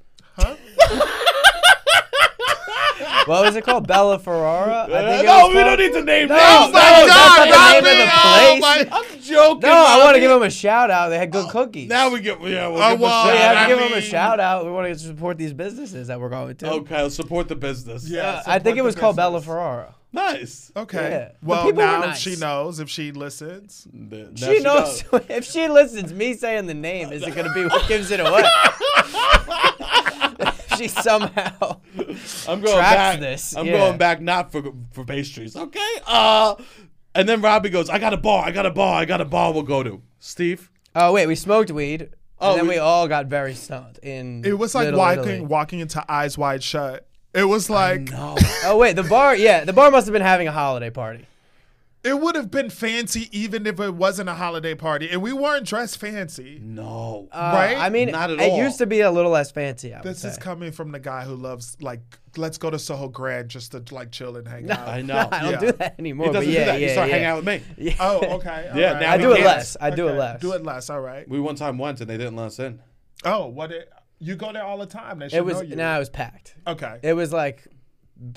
S2: What was it called? Bella Ferrara? I think it
S1: Uh, no, we
S2: was
S1: don't
S2: called-
S1: need to name
S2: No,
S1: names.
S2: no,
S1: that's
S2: that's
S1: not
S2: not the name of
S1: Robbie.
S2: the
S1: Oh
S2: place.
S1: my- I'm joking.
S2: No, I want to
S1: Robbie.
S2: give them a shout out. They had good cookies.
S1: Oh, Now we get. Yeah, we'll
S3: Oh,
S1: give
S3: well,
S1: a
S2: we
S1: shout
S2: have
S3: I
S2: to give them a
S3: mean-
S2: shout out. We want to support these businesses that we're going to.
S1: Okay, I'll support the business.
S3: Yeah.
S2: Uh, I
S3: support
S2: think
S3: the
S2: it was called Bella
S3: business.
S2: Ferrara.
S1: Nice.
S2: Yeah.
S3: Okay.
S2: The
S3: Well,
S2: people were
S3: now
S2: nice. Mm,
S3: she knows if she listens.
S1: Th- now
S2: She knows *laughs* if she listens, me saying the name isn't going to be what gives
S1: *laughs*
S2: it away. she somehow.
S1: I'm going
S2: tracks
S1: back.
S2: this,
S1: I'm
S2: yeah.
S1: going back not for for pastries. Okay. Uh, and then Robbie goes, "I got a bar. I got a bar. I got a bar. We'll go to Steve."
S2: Oh wait, we smoked weed. And
S1: Oh,
S2: then
S1: we-
S2: we, all got very stoned in.
S3: It was like
S2: Little
S3: walking
S2: Italy.
S3: walking into eyes wide shut. It was
S1: *laughs*
S3: like
S1: No.
S2: Oh wait, the bar. Yeah, the bar must have been having a holiday party.
S3: it would have been fancy even if it wasn't a holiday party, and we weren't dressed fancy.
S1: no.
S2: Uh,
S3: Right?
S2: I mean,
S1: Not at
S2: it
S1: all.
S2: used to be a little less fancy. I would
S3: This is
S2: say.
S3: coming from the guy who loves like let's go to Soho Grand just to like chill and hang out.
S2: *laughs*
S1: I know.
S2: I don't
S3: Yeah.
S2: do that anymore.
S1: he doesn't
S2: but yeah,
S1: do that.
S2: Yeah,
S1: you start
S2: yeah.
S1: hanging out with me.
S2: Yeah.
S3: Oh, okay. all
S1: Yeah,
S3: right.
S1: now
S2: I
S1: we
S2: do it
S1: can't.
S2: less. I do it
S3: Okay,
S2: less.
S3: Do it less. All right.
S1: We one time went and they didn't let us in.
S3: Oh, what? It, you go there all the time. They should
S2: It was
S3: know you.
S2: no, it was packed.
S3: okay.
S2: It was like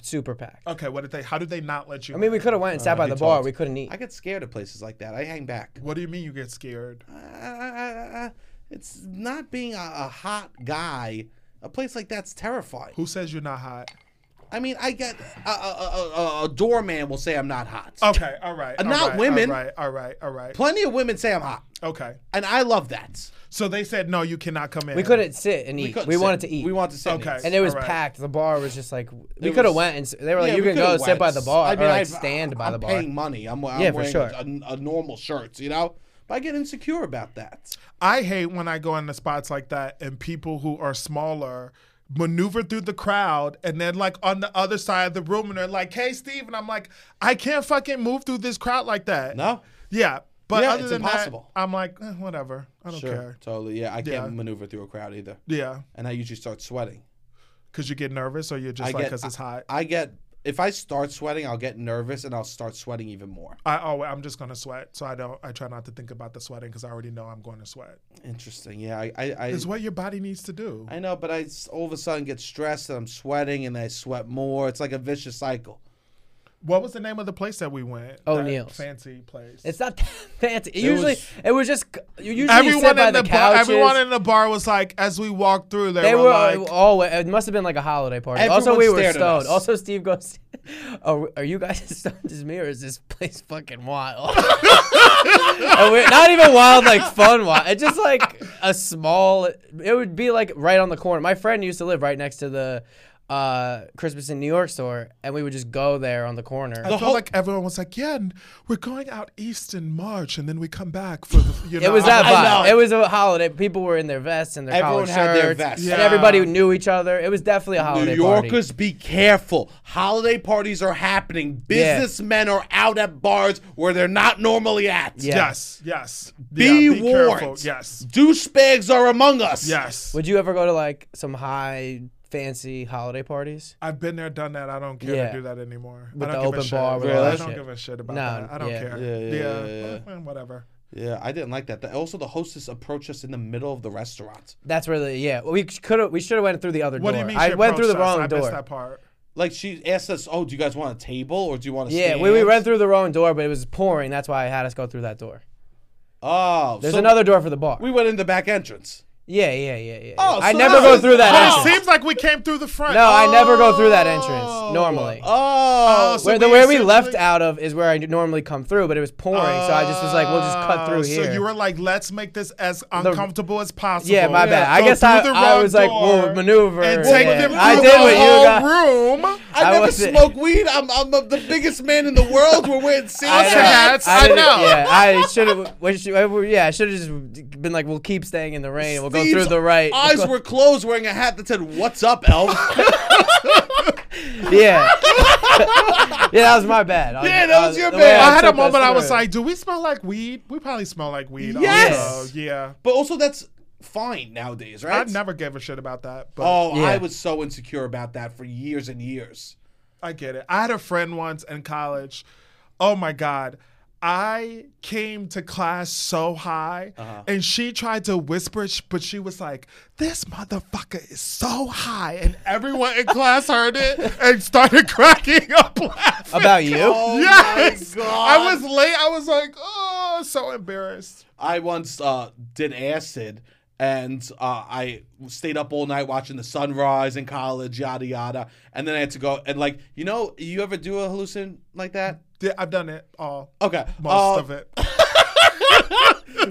S2: super packed.
S3: okay. What did they? How did they not let you?
S2: I mean, we could have went and sat by
S1: he
S2: the bar.
S1: talked.
S2: We couldn't eat.
S1: I get scared of places like that. I hang back.
S3: What do you mean you get scared?
S1: Uh, it's not being a, a hot guy. A place like that's terrifying.
S3: Who says you're not hot?
S1: I mean, I get a, a, a, a- a doorman will say I'm not hot.
S3: Okay, all right. all
S1: Not
S3: right,
S1: women.
S3: All right, all right, all right.
S1: Plenty of women say I'm hot,
S3: Okay.
S1: and I love that.
S3: So they said no, you cannot come in.
S2: We couldn't sit and eat. We,
S1: couldn't sit.
S2: wanted to eat.
S1: We wanted to sit.
S3: Okay.
S1: Okay.
S2: and it was
S3: Alright.
S2: packed. The bar was just like we
S1: It
S2: could
S1: was-
S2: have went and s- they were like, "You can go sit by the bar or like stand by
S1: I'm
S2: the bar."
S1: Paying money. I'm, I'm
S2: Yeah, for
S1: wearing
S2: sure.
S1: a, a normal shirt, you know. But I get insecure about that.
S3: I hate when I go into spots like that and people who are smaller maneuver through the crowd and then like on the other side of the room and they're like, "Hey, Steve," and I'm like, "I can't fucking move through this crowd like that."
S1: No.
S3: Yeah. But
S1: Yeah,
S3: other
S1: it's
S3: than
S1: impossible.
S3: that, I'm like, eh, whatever. I don't
S1: Sure.
S3: care.
S1: Totally. Yeah, I can't
S3: Yeah.
S1: maneuver through a crowd either.
S3: Yeah,
S1: And I usually start sweating.
S3: because you get nervous, or you're just
S1: I
S3: like,
S1: get-
S3: because it's hot.
S1: I get if I start sweating, I'll get nervous and I'll start sweating even more.
S3: I oh, I'm just gonna sweat, so I don't. I try not to think about the sweating because I already know I'm going to sweat.
S1: Interesting. Yeah, I I I,
S3: It's what your body needs to do.
S1: I know, but I s- all of a sudden get stressed and I'm sweating and I sweat more. It's like a vicious cycle.
S3: What was the name of the place that we went? That
S2: O'Neill's.
S3: fancy place.
S2: It's not that *laughs* fancy. It usually, it was just you usually
S3: everyone
S2: sit
S3: in
S2: by
S3: the,
S2: the,
S3: bar.
S2: couches.
S3: Everyone in the bar was like, as we walked through, they,
S2: they
S3: were,
S2: were uh,
S3: like,
S2: all. It must have been like a holiday party. also,
S1: Everyone
S2: we were
S1: stared at us.
S2: stoned. Also, Steve goes, *laughs* "Are, are you guys *laughs* as stoned as me, or is this place fucking wild?" *laughs* And we- not even wild, like fun wild. It's just like a small. It would be like right on the corner. My friend used to live right next to the uh, Christmas in New York store, and we would just go there on the corner.
S3: I feel like everyone was like, yeah, and we're going out east in March, and then we come back for the. You
S2: *laughs*
S3: know,
S2: It
S1: *laughs*
S2: was that
S3: I'm like,
S2: vibe. It was a holiday. People were in their vests and their
S1: Everyone
S2: collared
S1: had their
S2: shirts,
S1: vests.
S2: and
S3: Yeah.
S2: everybody knew each other. It was definitely a holiday
S1: New
S2: party.
S1: Yorkers, be careful. Holiday parties are happening.
S2: Yeah.
S1: Businessmen are out at bars where they're not normally at.
S2: Yeah.
S3: Yes, yes.
S1: Be,
S3: Yeah,
S1: warned.
S3: careful. Yes,
S1: Douchebags are among us.
S3: yes.
S2: Would you ever go to like some high fancy holiday parties?
S3: I've been there, done that. I don't care
S2: Yeah.
S3: to do that anymore.
S2: With
S3: I don't
S2: the
S3: give a
S2: open
S3: shit.
S2: bar, with
S1: all
S3: I
S1: that
S3: don't
S2: shit.
S3: give a shit about
S2: No,
S3: that. I don't
S2: yeah.
S3: care.
S1: Yeah, yeah, yeah, yeah.
S3: well, whatever.
S1: Yeah, I didn't like that. The- Also, the hostess approached us in the middle of the restaurant.
S2: That's where the yeah. We could have we should have went through the other
S3: What do
S2: door.
S3: you mean?
S2: I
S3: she
S2: went through the
S3: approached us?
S2: wrong
S3: I
S2: door.
S3: missed that part.
S1: Like she asked us, "Oh, do you guys want a table or do you want to?"
S2: Yeah, we, we went through the wrong door, but it was pouring. That's why I had us go through that door.
S1: Oh,
S2: There's
S1: so
S2: another door for the bar.
S1: We went in the back entrance.
S2: yeah, yeah, yeah, yeah.
S1: Oh,
S2: I
S1: so
S2: never
S1: that
S2: go
S1: was-
S2: through that
S1: Oh.
S3: But it
S2: entrance.
S3: seems like we came through the front.
S2: No, I never go through that
S3: Oh.
S2: entrance normally.
S1: Oh,
S3: Oh, so
S2: where the
S3: we
S2: where we
S3: essentially-
S2: left out of is where I normally come through, but it was pouring, so I just was like, we'll just cut
S3: Ah,
S2: through here.
S3: So you were like, let's make this as uncomfortable as possible.
S2: yeah, my bad. I
S3: Go
S2: guess
S3: through
S2: I,
S3: the
S2: I
S3: wrong
S2: was like,
S3: door
S2: we'll maneuver.
S3: And take
S2: yeah.
S3: them through
S2: I
S3: the
S2: did what you
S3: whole
S2: got. *laughs*
S3: room.
S1: I,
S2: I
S1: never
S2: wasn't-
S1: smoke weed. I'm, I'm the biggest man in the world. We're *laughs* wearing
S2: I
S1: sales
S2: know.
S1: hats.
S3: hats. I
S2: didn't-
S3: know.
S2: Yeah,
S1: *laughs*
S2: I should have. Yeah, I should have just been like, "We'll keep staying in the rain. We'll go through
S1: Steve's
S2: the right."
S1: Eyes were closed, wearing a hat that said "What's up, Elf?"
S2: *laughs* yeah. yeah, that was my bad. I-
S1: Yeah, that
S2: I-
S1: was your
S2: the
S1: bad.
S2: way
S1: I
S3: I had a
S2: took us
S3: moment I was
S2: through.
S3: like, do we smell like weed? We probably smell like weed.
S1: Yes.
S3: Also. Yeah.
S1: but also, that's fine nowadays,
S3: I
S1: right?
S3: never gave a shit about that, but
S1: Oh, I
S2: Yeah.
S1: was so insecure about that for years and years.
S3: I get it. I had a friend once in college. Oh my God. I came to class so high,
S1: Uh-huh.
S3: and she tried to whisper, sh- but she was like, This motherfucker is so high. And everyone in class heard it and started *laughs* cracking up laughing.
S2: "About you."
S1: *laughs* Oh
S3: yes.
S1: my god!
S3: I was late. I was like, Oh, so embarrassed.
S1: I once uh, did acid and uh, I stayed up all night watching the sunrise in college, yada yada. And then I had to go and like, you know, you ever do a hallucin like that?
S3: Did- I've done it all.
S1: Okay.
S3: Most
S1: uh,
S3: of it.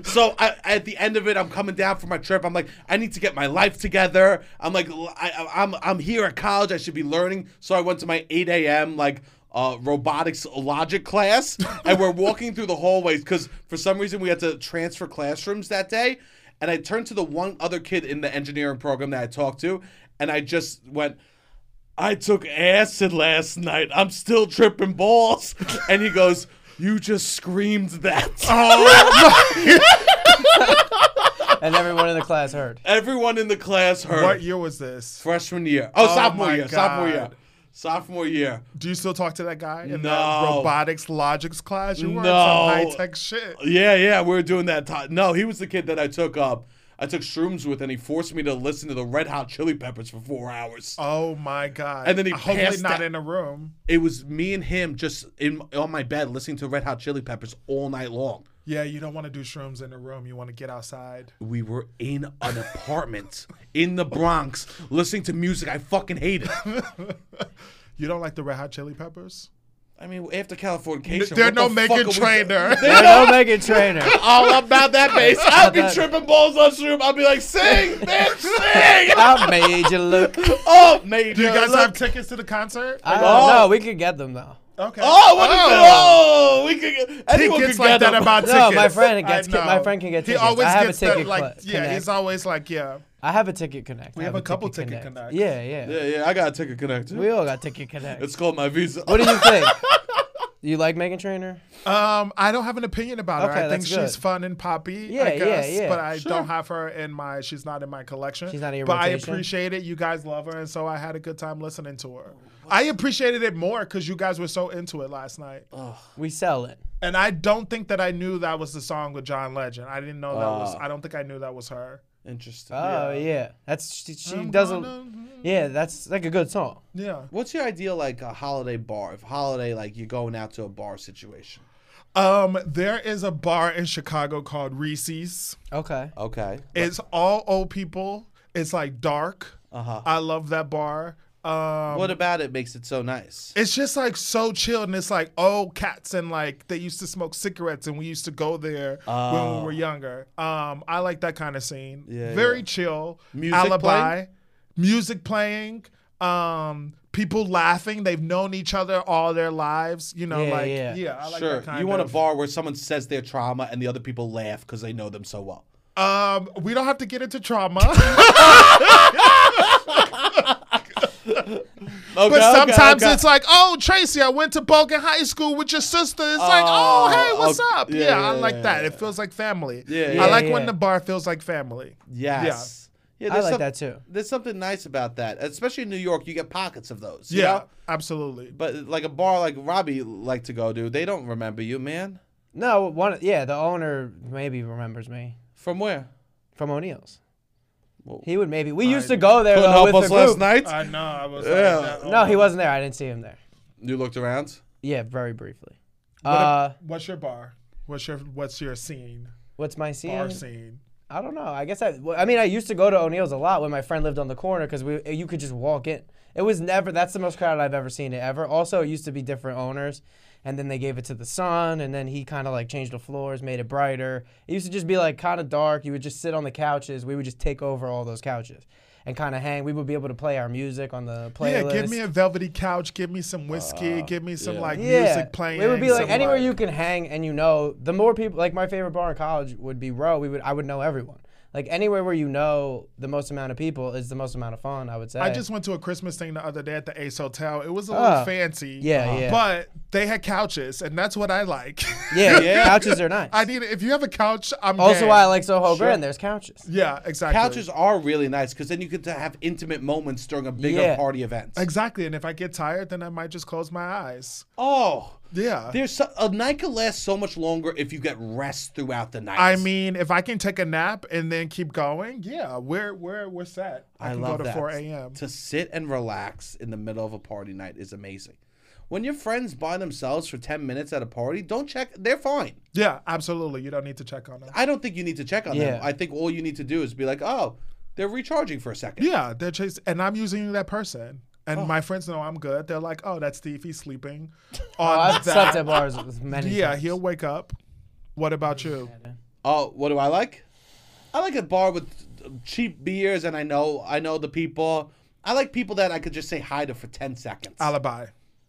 S1: So I, at the end of it, I'm coming down for my trip. I'm like, I need to get my life together. I'm like, l- I, am I'm here at college. I should be learning. So I went to my 8 a.m. like uh, robotics logic class, and we're walking through the hallways because for some reason we had to transfer classrooms that day. And I turned to the one other kid in the engineering program that I talked to, and I just went. I took acid last night. I'm still tripping balls. And he goes, You just screamed that.
S2: and everyone in the class
S1: *laughs*
S2: heard.
S1: Everyone in the class heard.
S3: What year was this?
S1: Freshman year. Oh, sophomore
S3: my
S1: year. Sophomore year.
S3: God.
S1: Sophomore year.
S3: Do you still talk to that guy in that
S1: No.
S3: robotics logics class? You were
S1: No.
S3: in some high tech shit.
S1: Yeah, yeah. We were doing that. ti- no, he was the kid that I took up. I took shrooms with, and he forced me to listen to the Red Hot Chili Peppers for four hours.
S3: Oh my god!
S1: And then he
S3: hopefully
S1: passed
S3: not
S1: out.
S3: in a room.
S1: It was me and him just in on my bed listening to Red Hot Chili Peppers all night long.
S3: Yeah, you don't want to do shrooms in a room. You want to get outside.
S1: We were in an
S3: *laughs*
S1: apartment in the Bronx listening to music I fucking
S3: *laughs*
S1: hated.
S3: You don't like the Red Hot Chili Peppers?
S1: I mean, after Californication,
S3: They're
S1: what
S3: no
S1: the
S3: Megan
S1: fuck are we-
S3: Trainer.
S2: *laughs* I know Megan Trainer.
S1: all about that bass. I'll be
S2: that-
S1: tripping balls on shroom. I'll be like,
S3: *laughs*
S1: sing, bitch, sing.
S2: I made you look.
S1: Oh, mate.
S3: *laughs* Do you guys have tickets to the concert?
S2: I
S1: Oh.
S2: don't know. We could get them though.
S3: okay.
S1: Oh, what oh. Is it? oh, we could.
S3: He
S1: Anyone
S3: gets
S1: could
S3: like
S1: get
S3: that
S1: them. *laughs*
S3: about
S2: No,
S3: tickets.
S2: my friend
S3: I
S2: gets- my
S3: know.
S2: friend can get
S3: He
S2: tickets.
S3: always
S2: I have a
S3: gets
S2: ticket
S3: the, like,
S2: cl-
S3: yeah, he's
S2: connect.
S3: always like, yeah.
S2: I have a ticket connect. We
S3: have a couple ticket connects.
S2: Yeah, yeah,
S1: Yeah, yeah. I got a ticket connect.
S2: We all got ticket connect.
S3: *laughs*
S1: It's called my visa.
S2: What do you think? You like Megan Trainor?
S3: Um, I don't have an opinion about
S2: Okay,
S3: her. I think
S2: that's good.
S3: she's fun and poppy.
S2: Yeah,
S3: I
S2: yeah,
S3: guess,
S2: yeah.
S3: But I don't have her in my. She's not in my collection.
S2: She's not in your
S3: But
S2: rotation?
S3: I appreciate it. You guys love her, and so I had a good time listening to her. I appreciated it more because you guys were so into it last night,
S2: We sell it.
S3: and I don't think that I knew that was the song with John Legend. I didn't know that was. I don't think I knew that was her.
S1: *laughs* Interesting.
S2: Oh yeah, that's she, she
S3: I'm
S2: doesn't.
S3: gonna-
S2: Yeah, that's like a good song.
S3: Yeah.
S1: What's your ideal like a holiday bar? If holiday like you're going out to a bar situation.
S3: Um, there is a bar in Chicago called Reese's.
S2: Okay.
S1: Okay.
S3: It's all old people. It's like dark.
S1: Uh-huh.
S3: I love that bar. Um,
S1: What about it makes it so nice?
S3: it's just like so chilled, and it's like old cats, and like they used to smoke cigarettes, and we used to go there when
S1: Oh.
S3: we were younger. Um, I like that kind of scene.
S1: Yeah,
S3: Very
S1: yeah.
S3: chill.
S1: Music
S3: Alibi, music playing, um, people laughing. They've known each other all their lives. You know,
S2: Yeah,
S3: like
S2: yeah.
S3: yeah, I like
S1: sure.
S3: That kind
S1: you want
S3: of-
S1: a bar where someone says their trauma and the other people laugh because they know them so well.
S3: Um, we don't have to get into trauma,
S1: *laughs* Okay,
S3: but
S1: okay,
S3: sometimes
S1: okay.
S3: it's like, oh, Tracy, I went to Bogan High School with your sister. It's like,
S1: Oh,
S3: oh, hey, what's
S1: okay.
S3: up?
S1: Yeah,
S3: Yeah,
S1: yeah,
S3: I like
S1: yeah,
S3: that.
S1: yeah.
S3: It feels like family.
S1: Yeah,
S2: yeah,
S3: I like
S2: yeah.
S3: when the bar feels like family.
S1: yes. Yeah,
S2: I
S1: there's
S2: like
S1: some-
S2: that too.
S1: There's something nice about that, especially in New York. You get pockets of those. you
S3: Yeah,
S1: know?
S3: absolutely.
S1: But like a bar like Robbie liked to go to, they don't remember you, man.
S2: No, one. Yeah, the owner maybe remembers me
S1: From where?
S2: from O'Neill's.
S1: Whoa.
S2: He would maybe. We used to go there
S1: Couldn't help
S2: though with
S1: us
S2: the
S1: last
S2: group.
S1: night.
S3: I know. I was. oh,
S1: Yeah.
S2: No, he wasn't there. I didn't see him there.
S1: you looked around.
S2: Yeah, very briefly.
S3: What
S2: Uh,
S3: a- what's your bar? What's your What's your scene?
S2: what's my scene?
S3: Bar scene.
S2: I don't know. I guess I. well, I mean, I used to go to O'Neill's a lot when my friend lived on the corner because we you could just walk in. It was never. That's the most crowded I've ever seen it ever. Also, it used to be different owners, and then they gave it to the son, and then he kind of like changed the floors, made it brighter. It used to just be like kind of dark. You would just sit on the couches. We would just take over all those couches and kind of hang. We would be able to play our music on the
S3: Yeah,
S2: playlist.
S3: give me a velvety couch. Give me some whiskey. give me some
S1: yeah.
S3: like
S2: Yeah.
S3: music playing.
S2: It would be like
S3: some,
S2: anywhere you can hang and you know the more people like my favorite bar in college would be row. We would I would know everyone. Like anywhere where you know the most amount of people is the most amount of fun, I would say.
S3: I just went to a Christmas thing the other day at the Ace Hotel. It was a little
S2: Ah.
S3: fancy.
S2: Yeah, yeah.
S3: But they had couches, and that's what I like. *laughs*
S2: Yeah,
S1: Yeah.
S2: couches are nice.
S3: I need if you have a couch, I'm
S2: also
S3: game.
S2: why I like Soho Grand, there's couches.
S3: Yeah, exactly.
S1: Couches are really nice because then you get to have intimate moments during a bigger
S2: Yeah.
S1: party event.
S3: Exactly, and if I get tired, then I might just close my eyes.
S1: oh,
S3: Yeah.
S1: there's so, a night can last so much longer if you get rest throughout the night.
S3: I mean, if I can take a nap and then keep going, yeah, we're we're we're set. I,
S1: I
S3: can
S1: love
S3: go to
S1: that.
S3: four a.m.
S1: To sit and relax in the middle of a party night is amazing. When your friends by themselves for ten minutes at a party, don't check. They're fine.
S3: Yeah, absolutely. You don't need to check on them.
S1: I don't think you need to check on
S2: Yeah.
S1: them. I think all you need to do is be like, oh, they're recharging for a second.
S3: Yeah, they're just, and I'm using that person. And my friends know I'm good. They're like, "Oh, that's Steve. He's sleeping." On
S2: Oh, I've *laughs*
S3: that-
S2: slept at bars with many.
S3: Yeah,
S2: times.
S3: he'll wake up. What about you?
S1: Oh, what do I like? I like a bar with cheap beers, and I know I know the people. I like people that I could just say hi to for ten seconds.
S3: Alibi.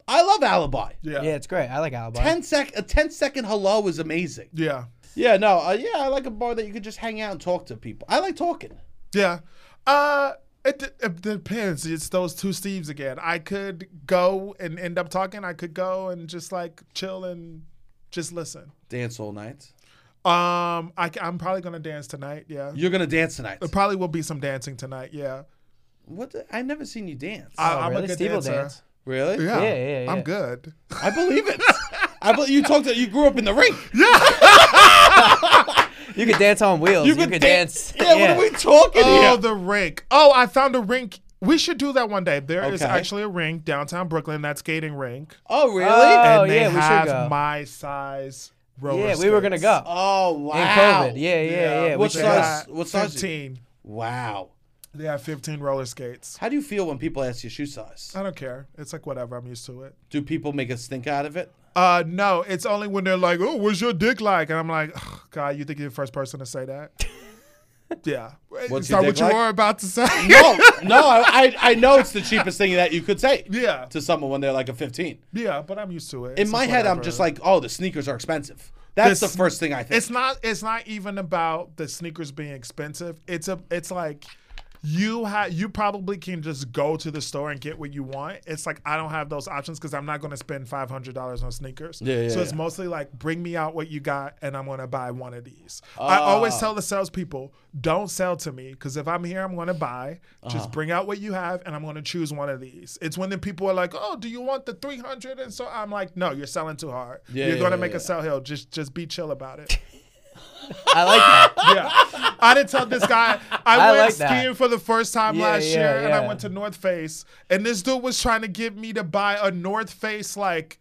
S1: I love Alibi.
S3: Yeah.
S2: Yeah,
S3: Yeah.
S2: it's great. I like Alibi.
S1: Ten sec a 10 second hello is amazing.
S3: Yeah.
S1: Yeah, no, uh, yeah, I like a bar that you could just hang out and talk to people. I like talking.
S3: Uh, it, d- it depends. It's those two Steves again. I could go and end up talking. I could go and just like chill and just listen.
S1: Dance all night.
S3: Um, I, am probably gonna dance tonight. Yeah.
S1: You're gonna dance tonight.
S3: There probably will be some dancing tonight. Yeah.
S1: What? The, I never seen you dance.
S3: I,
S2: Oh,
S3: I'm
S2: really?
S3: a good
S2: Steve will
S3: dancer.
S2: dance.
S1: really?
S3: Yeah.
S2: Yeah, yeah, yeah. *laughs*
S3: I'm good.
S1: I believe it. I believe you talked. You grew up in the
S3: *laughs*
S1: rink.
S2: You could dance on wheels. You,
S1: could
S2: could
S1: dan-
S2: dance.
S1: Yeah, What are we talking
S3: Oh,
S1: here?
S3: the rink. Oh, I found a rink. We should do that one day. There is
S1: Okay.
S3: actually a rink downtown Brooklyn. That's skating rink.
S1: Oh, really?
S2: Oh,
S3: and they
S2: yeah, we should
S3: have
S2: go.
S3: my size roller
S2: Yeah, we were gonna go.
S3: skates.
S1: oh,
S2: in
S1: wow.
S2: COVID. Yeah, yeah, yeah. we
S1: What
S2: should
S3: They
S2: go.
S1: size-
S3: got
S1: what size-
S3: 15.
S1: Wow.
S3: They have 15 roller skates.
S1: How do you feel when people ask you shoe size?
S3: I don't care. It's like whatever. I'm used to it.
S1: Do people make a stink out
S3: *laughs*
S1: of it?
S3: Uh, no, it's only when they're like, "Oh, what's your dick like?" And I'm like, "Ugh, "God, you think you're the first person to say that?" *laughs* yeah.
S1: What's
S3: Is
S1: your
S3: that
S1: dick
S3: what you
S1: like?
S3: were about to *laughs* say?
S1: No, Oh, no. I, I I know it's the cheapest thing that you could say.
S3: Yeah.
S1: To someone when they're like a 15.
S3: Yeah, but I'm used to it.
S1: In
S3: It's
S1: my
S3: like
S1: head, I'm
S3: whatever.
S1: just like, oh, the sneakers are expensive. That's the
S3: This-
S1: first thing I think.
S3: it's not. It's not even about the sneakers being expensive. It's a. It's like you have you probably can just go to the store and get what you want. It's like I don't have those options because I'm not going to spend five hundred dollars on sneakers.
S1: Yeah, yeah,
S3: so it's
S1: yeah.
S3: mostly like bring me out what you got, and I'm going to buy one of these.
S1: Ah.
S3: I always tell the salespeople, don't sell to me because if I'm here, I'm going to buy.
S1: Uh-huh.
S3: Just bring out what you have, and I'm going to choose one of these. It's when the people are like, oh, do you want the three hundred? And so I'm like, no, you're selling too hard.
S1: Yeah,
S3: you're
S1: yeah,
S3: going to
S1: yeah,
S3: make
S1: yeah.
S3: a sell hill. Just just be chill about it.
S2: I like that.
S3: Yeah. I didn't tell this guy. I,
S2: *laughs* I
S3: went
S2: like that.
S3: skiing for the first time
S2: Yeah,
S3: last
S2: yeah,
S3: year and I
S2: yeah.
S3: went to North Face. And this dude was trying to get me to buy a North Face like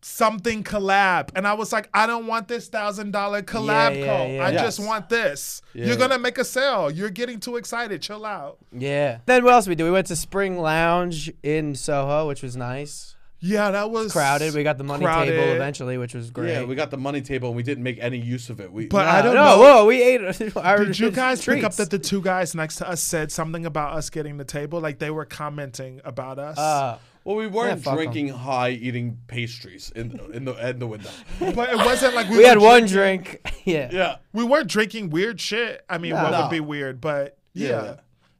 S3: something collab. And I was like, I don't want this thousand dollar collab
S2: yeah,
S3: coat.
S2: yeah.
S3: I
S1: Yes.
S3: just want this.
S1: Yeah,
S3: You're
S1: yeah.
S3: gonna make a sale. You're getting too excited. Chill out.
S2: Yeah. Then what else we do? We went to Spring Lounge in Soho, which was nice.
S3: Yeah, that was
S2: Crowded. We got the money
S3: crowded.
S2: table eventually, which was great.
S1: Yeah, we got the money table and we didn't make any use of it. We
S3: But I don't
S2: no,
S3: know.
S2: whoa, we ate *laughs* our
S3: Did you guys pick up
S2: treats.
S3: that the two guys next to us said something about us getting the table? Like they were commenting about us.
S2: Uh,
S1: well, we weren't
S2: fuck 'em.
S1: drinking high, eating pastries in in the in the
S3: *laughs*
S1: window.
S3: but it wasn't like we,
S2: we
S3: were
S2: had one
S3: drinking-
S2: drink. *laughs* yeah.
S1: yeah,
S3: we weren't drinking weird shit. I mean, what
S1: No.
S3: would be weird? But yeah,
S1: yeah,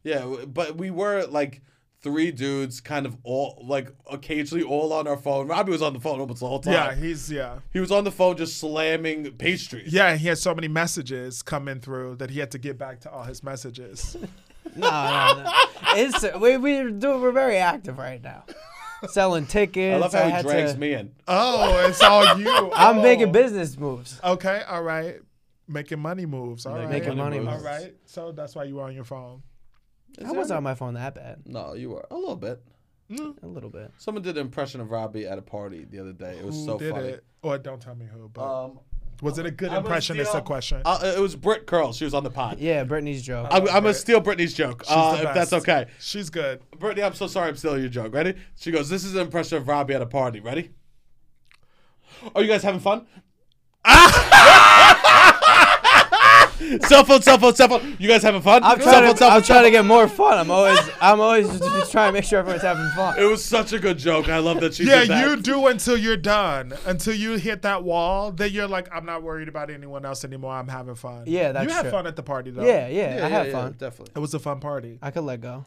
S1: yeah. w- But we were like three dudes, kind of all like occasionally all on our phone. Robbie was on the phone almost the whole time.
S3: yeah, he's yeah,
S1: he was on the phone just slamming pastries.
S3: yeah. He had so many messages coming through that he had to get back to all
S1: *laughs*
S3: his messages.
S2: No, no, no. It's, uh, we, we're, doing, we're very active right now. Selling tickets.
S1: I love how he Uh,
S2: had
S1: drags
S2: to-
S1: me in.
S3: oh, it's all you.
S2: I'm
S3: Oh.
S2: making business moves.
S3: Okay, all right, making money moves. All right,
S1: Making
S2: Making money
S1: money
S3: All
S2: moves.
S3: right. So that's why you were on your phone.
S2: I wasn't on my phone that bad.
S1: No, you were a little bit.
S2: A little bit.
S1: Someone did an impression of Robbie at a party the other day. It was
S3: Who
S1: so
S3: did
S1: funny.
S3: it? Or don't tell me who. But
S1: Um,
S3: was it a good
S1: I'm gonna
S3: impression? Is the
S1: steal-
S3: question.
S1: uh, it was Britt Curl. She was on the pod.
S2: Yeah, Brittany's joke.
S1: I'm, I'm gonna
S3: Britt.
S1: steal Brittany's joke.
S3: She's
S1: Uh,
S3: the
S1: if
S3: best.
S1: that's okay.
S3: She's good.
S1: Brittany, I'm so sorry I'm stealing your joke. Ready? She goes, This is an impression of Robbie at a party. Ready? Are you guys having fun? *laughs* cell phone, cell phone, cell phone. You guys having fun?
S2: I'm
S1: cell
S2: trying,
S1: phone,
S2: to,
S1: cell phone, cell
S2: I'm trying to get more fun. I'm always, I'm always just, just trying to make sure everyone's having
S1: phone. *laughs*
S2: fun.
S1: It was such a good joke. I love that she
S3: *laughs* Yeah,
S1: did that.
S3: you do until you're done. Until you hit that wall, then you're like, I'm not worried about anyone else anymore. I'm having fun.
S2: Yeah, that's
S3: You had
S2: true.
S3: fun at the party though.
S2: Yeah, yeah, I had fun.
S1: Definitely.
S3: It was a fun party.
S2: I could let go.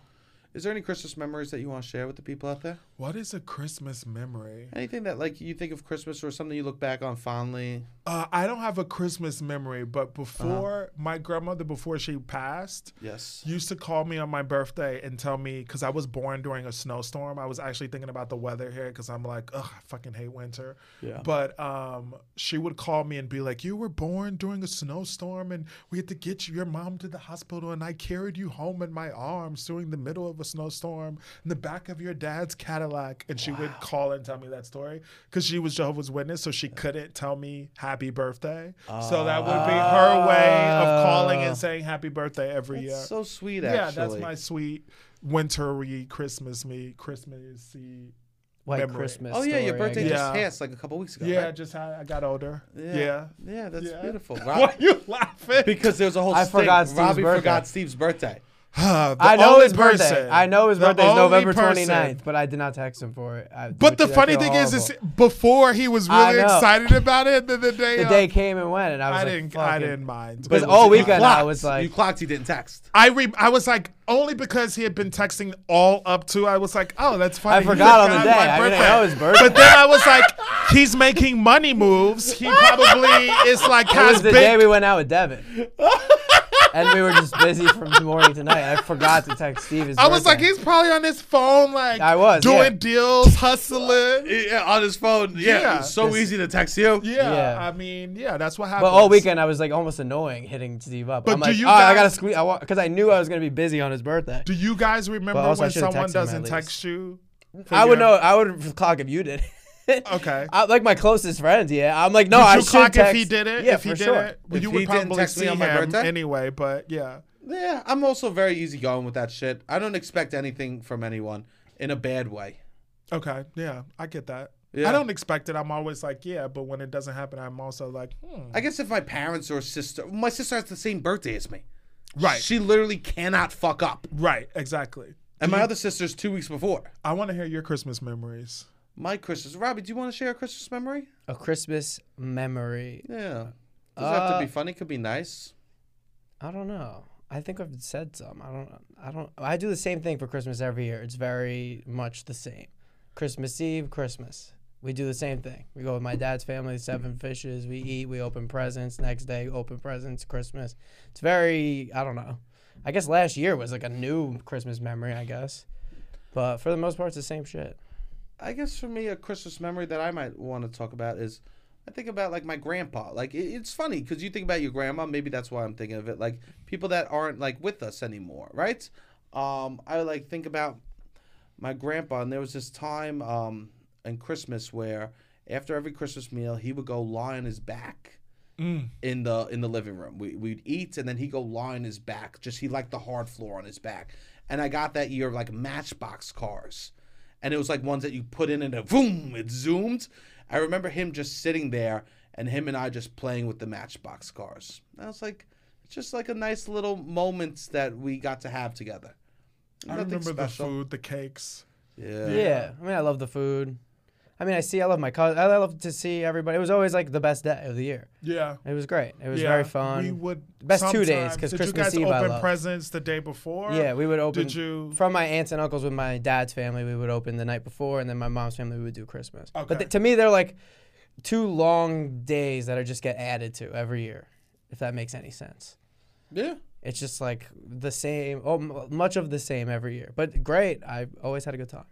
S1: Is there any Christmas memories that you want to share with the people out there?
S3: What is a Christmas memory?
S1: Anything that like you think of Christmas or something you look back on fondly?
S3: Uh, I don't have a Christmas memory, but before
S2: Uh-huh.
S3: my grandmother, before she passed,
S1: Yes.
S3: used to call me on my birthday and tell me because I was born during a snowstorm. I was actually thinking about the weather here because I'm like, ugh, I fucking hate winter.
S1: Yeah.
S3: But um, she would call me and be like, "You were born during a snowstorm, and we had to get your mom to the hospital, and I carried you home in my arms during the middle of a snowstorm in the back of your dad's Cadillac." And she would call and tell me that story because she was Jehovah's Witness, so she couldn't tell me happy birthday. so that would be her way of calling and saying happy birthday every year.
S1: Ah. So sweet, actually.
S3: Yeah, that's my sweet wintry Christmas me Christmassy.
S2: White
S3: Memory.
S2: Christmas.
S1: Oh yeah, your
S2: story, I
S1: birthday
S2: guess.
S1: just
S3: guess. Yeah.
S1: passed like a couple weeks ago.
S3: Yeah,
S1: right?
S3: just how I got older. Yeah. *laughs*
S1: Yeah, that's
S3: Yeah. *laughs*
S1: beautiful.
S3: Why
S1: Rob-
S3: are you laughing? *sighs*
S1: because there was a whole
S2: I
S1: stink.
S2: forgot Steve's
S1: Robbie
S2: birthday.
S1: forgot Steve's birthday.
S2: I know his birthday. I know his birthday is November
S3: twenty
S2: 29th, but I did not text him for it. I,
S3: But the
S2: which I
S3: funny
S2: feel
S3: thing is, is
S2: horrible.
S3: before he was
S2: I
S3: really
S2: know.
S3: excited about it, then the day
S2: the
S3: of-
S2: day came and went, and I was
S3: I
S2: like,
S3: didn't, I
S2: fucking-
S3: didn't mind.
S2: Because oh,
S3: But
S2: all
S3: you
S2: weekend I
S3: clocked.
S2: was like,
S1: you clocked. He didn't text.
S3: I re- I was like only because he had been texting all up to. I was like, oh, that's funny.
S2: I
S3: he
S2: forgot on the day.
S3: forgot my
S2: I didn't
S3: birthday.
S2: know his birthday.
S3: But then I was like, he's making money moves. He probably is like
S2: *laughs* It
S3: has
S2: was the
S3: big-
S2: day we went out with
S3: *laughs*
S2: Devin. and we were just busy from morning to night. I forgot to text Steve. His
S3: I was like,
S2: birthday.
S3: he's probably on his phone, like
S2: I was,
S3: doing
S2: yeah.
S3: deals, hustling.
S1: Yeah, on his phone. Yeah,
S3: Yeah.
S1: it's so
S2: This-
S1: easy to text you.
S3: Yeah,
S2: Yeah.
S3: I mean, yeah, that's what happened.
S2: But all weekend I was like almost annoying hitting Steve up. I'm
S3: do
S2: like,
S3: you
S2: oh, I
S3: guys-
S2: gotta squeeze, because I knew I was gonna be busy on his birthday.
S3: Do you guys
S2: But
S3: remember
S2: also I
S3: when
S2: should've texted
S3: someone
S2: him
S3: doesn't
S2: at least.
S3: text you? for
S2: I would
S3: your-
S2: know. I would *laughs* clock if you did. it.
S3: Okay.
S2: *laughs* I, like my closest friends. Yeah, I'm like, no,
S3: Would
S2: I
S3: you
S2: should
S3: clock
S2: text.
S3: if he did it?
S2: Yeah,
S3: if he
S2: for
S3: did
S2: sure.
S3: it, well,
S1: If
S3: you
S1: he
S3: would
S1: didn't
S3: probably
S1: text me
S3: see
S1: on my
S3: him
S1: birthday?
S3: anyway. But yeah,
S1: Yeah, I'm also very easy going with that shit. I don't expect anything from anyone in a bad way.
S3: okay, yeah, I get that.
S1: Yeah.
S3: I don't expect it. I'm always like, yeah, but when it doesn't happen, I'm also like, hmm.
S1: I guess if my parents or sister, my sister has the same birthday as me.
S3: Right.
S1: She literally cannot fuck up.
S3: right, exactly.
S1: And my other sister's two weeks before.
S3: I want to hear your Christmas memories.
S1: My Christmas. Robbie, do you want to share a Christmas memory?
S2: A Christmas memory.
S1: Yeah. Doesn't have to
S2: Uh,
S1: be funny. Could be nice.
S2: I don't know. I I think I've said some. I don't. I don't. I do the same thing for Christmas every year. It's very much the same. Christmas Eve, Christmas. We do the same thing. We go with my dad's family, seven fishes. We eat. We open presents. Next day, open presents. Christmas. It's very. I don't know. I guess last year was like a new Christmas memory. I guess, but for the most part, it's the same shit.
S1: I guess for me, a Christmas memory that I might want to talk about is I think about like my grandpa. Like it, it's funny because you think about your grandma. Maybe that's why I'm thinking of it. Like people that aren't like with us anymore, right? Um, I like think about my grandpa, and there was this time um, in Christmas where after every Christmas meal, he would go lie on his back.
S3: Mm.
S1: In the in the living room, we we'd eat and then he'd go lie on his back. Just he liked the hard floor on his back, and I got that year like Matchbox cars, and it was like ones that you put in and a boom, it zoomed. I remember him just sitting there and him and I just playing with the Matchbox cars. I was like, it's just like a nice little moment that we got to have together.
S3: I remember the food, the cakes.
S1: Yeah.
S2: Yeah, I mean, I love the food. I mean, I see, I love my cousin. I love to see everybody. It was always like the best day of the year.
S3: Yeah.
S2: It was great. It was
S3: yeah.
S2: very fun.
S3: We would
S2: Best two days,
S3: sometimes-
S2: 'cause
S3: did
S2: Christmas
S3: you
S2: Eve I
S3: guys open
S2: love.
S3: presents the day before?
S2: yeah, we would open.
S3: Did you?
S2: From my aunts and uncles with my dad's family, we would open the night before, and then my mom's family would do Christmas. But
S3: Okay.
S2: th- to me, they're like two long days that I just get added to every year, if that makes any sense.
S1: Yeah.
S2: It's just like the same, oh, m- much of the same every year. But great. I always had a good time.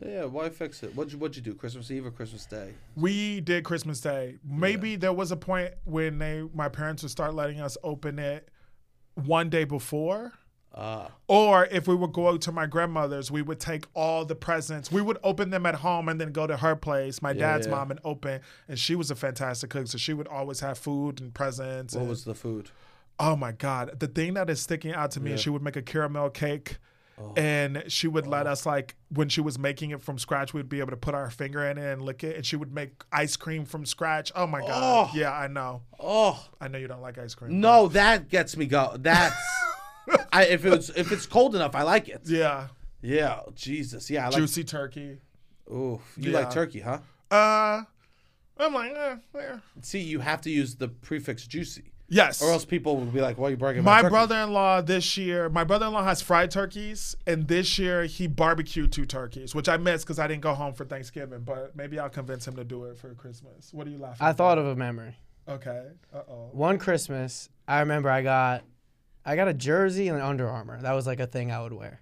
S1: Yeah, why fix it? What'd you, what'd you do? Christmas Eve or Christmas Day?
S3: We did Christmas Day. Maybe there was a point when they my parents would start letting us open it one day before.
S1: Ah.
S3: Or if we would go to my grandmother's, we would take all the presents. We would open them at home and then go to her place, my dad's
S1: yeah.
S3: mom, and open. And she was a fantastic cook, so she would always have food and presents.
S1: what
S3: and-
S1: was the food?
S3: oh my god the thing that is sticking out to me is she would make a caramel cake
S1: Oh.
S3: and she would let us like when she was making it from scratch we'd be able to put our finger in it and lick it and she would make ice cream from scratch oh my god yeah i know
S1: Oh
S3: i know you don't like ice cream
S1: no, that gets me go. That's I, if it's if it's cold enough, I like it.
S3: but- yeah
S1: Yeah, Jesus. Yeah, I like.
S3: juicy turkey
S1: Oof. You
S3: Yeah.
S1: like turkey, huh?
S3: uh i'm like eh, eh.
S1: See, you have to use the prefix juicy,
S3: yes
S1: or else people would be like, "Why are you bragging about
S3: my
S1: turkey?"
S3: brother-in-law this year my brother-in-law has fried turkeys and this year he barbecued two turkeys which i missed because i didn't go home for thanksgiving but maybe i'll convince him to do it for christmas what are you laughing
S2: I
S3: at?
S2: thought of a memory.
S3: Okay. Uh oh.
S2: one Christmas, I remember I got I got a jersey and an Under Armour. That was like a thing I would wear.